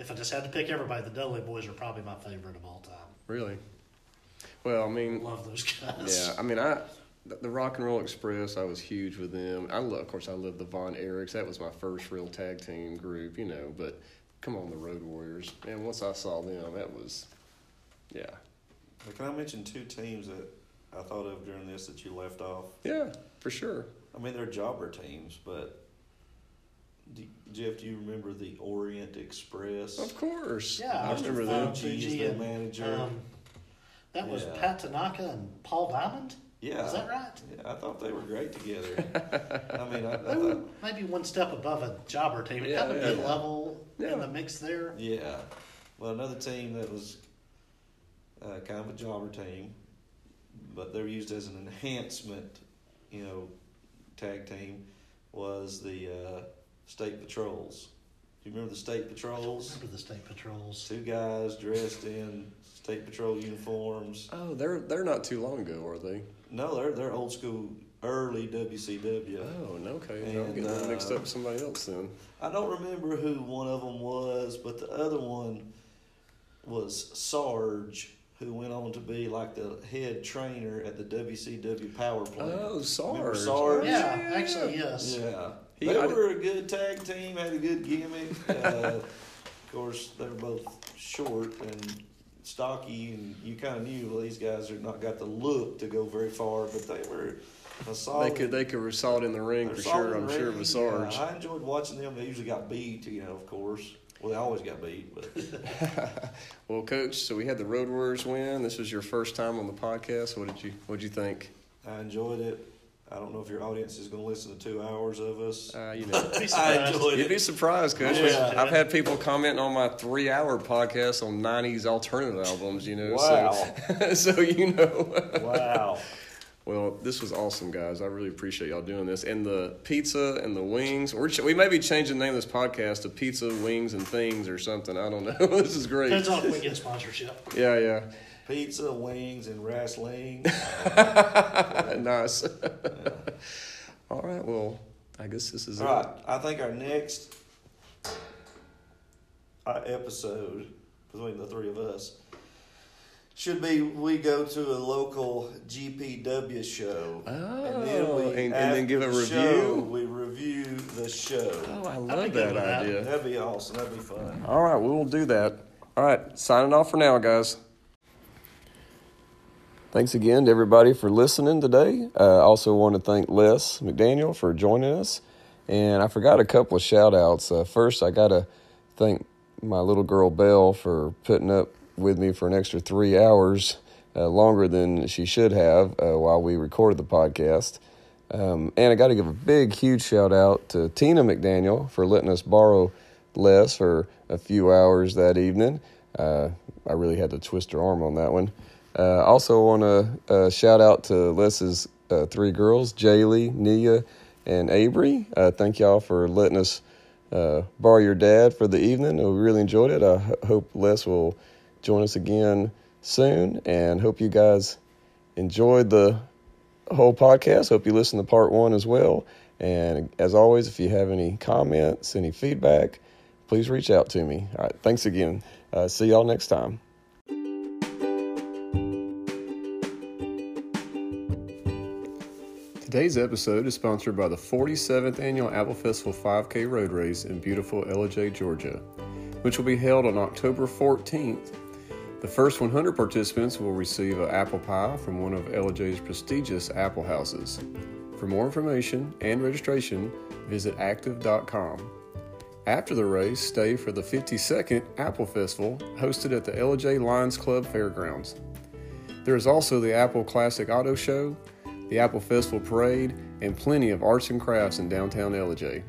B: If I just had to pick everybody, the Dudley Boys are probably my favorite of all time.
A: Really? Well, I mean,
B: Love those guys.
A: yeah, I mean, I the, the Rock and Roll Express, I was huge with them. I love, of course, I love the Von Erichs. That was my first real tag team group, you know. But come on, the Road Warriors, man. Once I saw them, that was, yeah,
C: But can I mention two teams that I thought of during this that you left off?
A: yeah, for sure.
C: I mean, they're jobber teams, but do, Jeff, do you remember the Orient Express?
A: Of course,
B: Yeah, I
A: I
B: was
A: remember
B: just,
A: them.
B: uh,
C: Fuji
B: Fuji
C: is the
B: and,
C: manager.
B: Um, that was
C: Yeah.
B: Pat Tanaka and Paul Diamond.
C: yeah.
B: Is that right?
C: Yeah, I thought they were
A: *laughs*
C: great together. I mean, I, I
B: They were
C: thought,
B: maybe one step above a jobber team.
A: Yeah,
B: kind of
A: yeah.
B: mid level
A: Yeah.
B: in the mix there.
C: yeah. Well, another team that was uh, kind of a jobber team, but they were used as an enhancement, you know, tag team, was the uh, State Patrols. Do you remember the State Patrols?
B: Remember the state patrols?
C: Two guys dressed in State Patrol uniforms.
A: Oh, they're they're not too long ago, are they?
C: No, they're they're old school, early WCW.
A: Oh, no, okay. I'm
C: And,
A: getting that
C: uh,
A: mixed up with somebody else then.
C: I don't remember who one of them was, but the other one was Sarge, who went on to be like the head trainer at the WCW Power Plant.
A: Oh,
C: Remember
A: Sarge.
C: Sarge?
B: Yeah, actually, yes.
C: Yeah,
A: He-
C: they
A: I
C: were a good tag team. Had a good gimmick.
A: *laughs*
C: uh, of course, they were both short and stocky, and you kind of knew well, these guys are not got the look to go very far, but they were a
A: They
C: solid.
A: could they could result in the ring
C: they're
A: for
C: solid
A: sure. I'm sure it
C: ring.
A: was Sarge.
C: Yeah, I enjoyed watching them. They usually got beat, you know, of course. Well, they always got
A: *laughs*
C: beat, but
A: Well, coach, so we had the Road Warriors win. This was your first time on the podcast. What did you What did you think?
C: I enjoyed it. I don't know if your audience is going to listen to two hours of us.
A: Uh, you know,
B: Be
C: I
B: surprised.
C: *laughs* enjoyed
A: you'd be
C: it.
A: surprised, coach.
B: Yeah.
A: I've had people comment on my three hour podcast on '90s alternative albums. You know, so *laughs* so you know. *laughs*
C: Wow.
A: Well, this was awesome, guys. I really appreciate y'all doing this. And the pizza and the wings. We're ch- we may be changing the name of this podcast to Pizza, Wings, and Things or something. I don't know. *laughs* this is great.
B: Depends on if we get sponsorship.
A: Yeah, yeah. *laughs*
C: Pizza, wings, and wrestling.
A: nice. *laughs* All right. Well, I guess this is
C: All right. I think our next uh, episode between the three of us should be we go to a local GPW show.
A: Oh, and- and then give a
C: after the show,
A: review?
C: we review the
A: it.
C: show.
A: Oh, I
B: I'd be
A: love
B: good
A: that
B: with that.
A: idea.
C: That'd be awesome. That'd be fun.
A: All right. We will do that. All right. Signing off for now, guys. Thanks again to everybody for listening today. I uh, also want to thank Les McDaniel for joining us. And I forgot a couple of shout outs. Uh, first, I got to thank my little girl Belle for putting up with me for an extra three hours uh, longer than she should have uh, while we recorded the podcast. Um, and I got to give a big, huge shout out to Tina McDaniel for letting us borrow Les for a few hours that evening. Uh, I really had to twist her arm on that one. Uh, also want to uh, shout out to Les's uh, three girls, Jaylee, Nia, and Avery. Uh, thank y'all for letting us uh, borrow your dad for the evening. We really enjoyed it. I ho- hope Les will join us again soon, and hope you guys enjoyed the whole podcast. Hope you listen to part one as well. And as always, if you have any comments, any feedback, please reach out to me. All right, thanks again. Uh, see y'all next time. Today's episode is sponsored by the 47th Annual Apple Festival 5K Road Race in beautiful LJ, Georgia, which will be held on October 14th the first 100 participants will receive an apple pie from one of LJ's prestigious apple houses. For more information and registration, visit active.com. After the race, stay for the 52nd Apple Festival hosted at the LJ Lions Club Fairgrounds. There is also the Apple Classic Auto Show, the Apple Festival Parade, and plenty of arts and crafts in downtown LJ.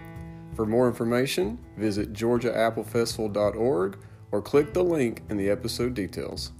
A: For more information, visit georgiaapplefestival.org or click the link in the episode details.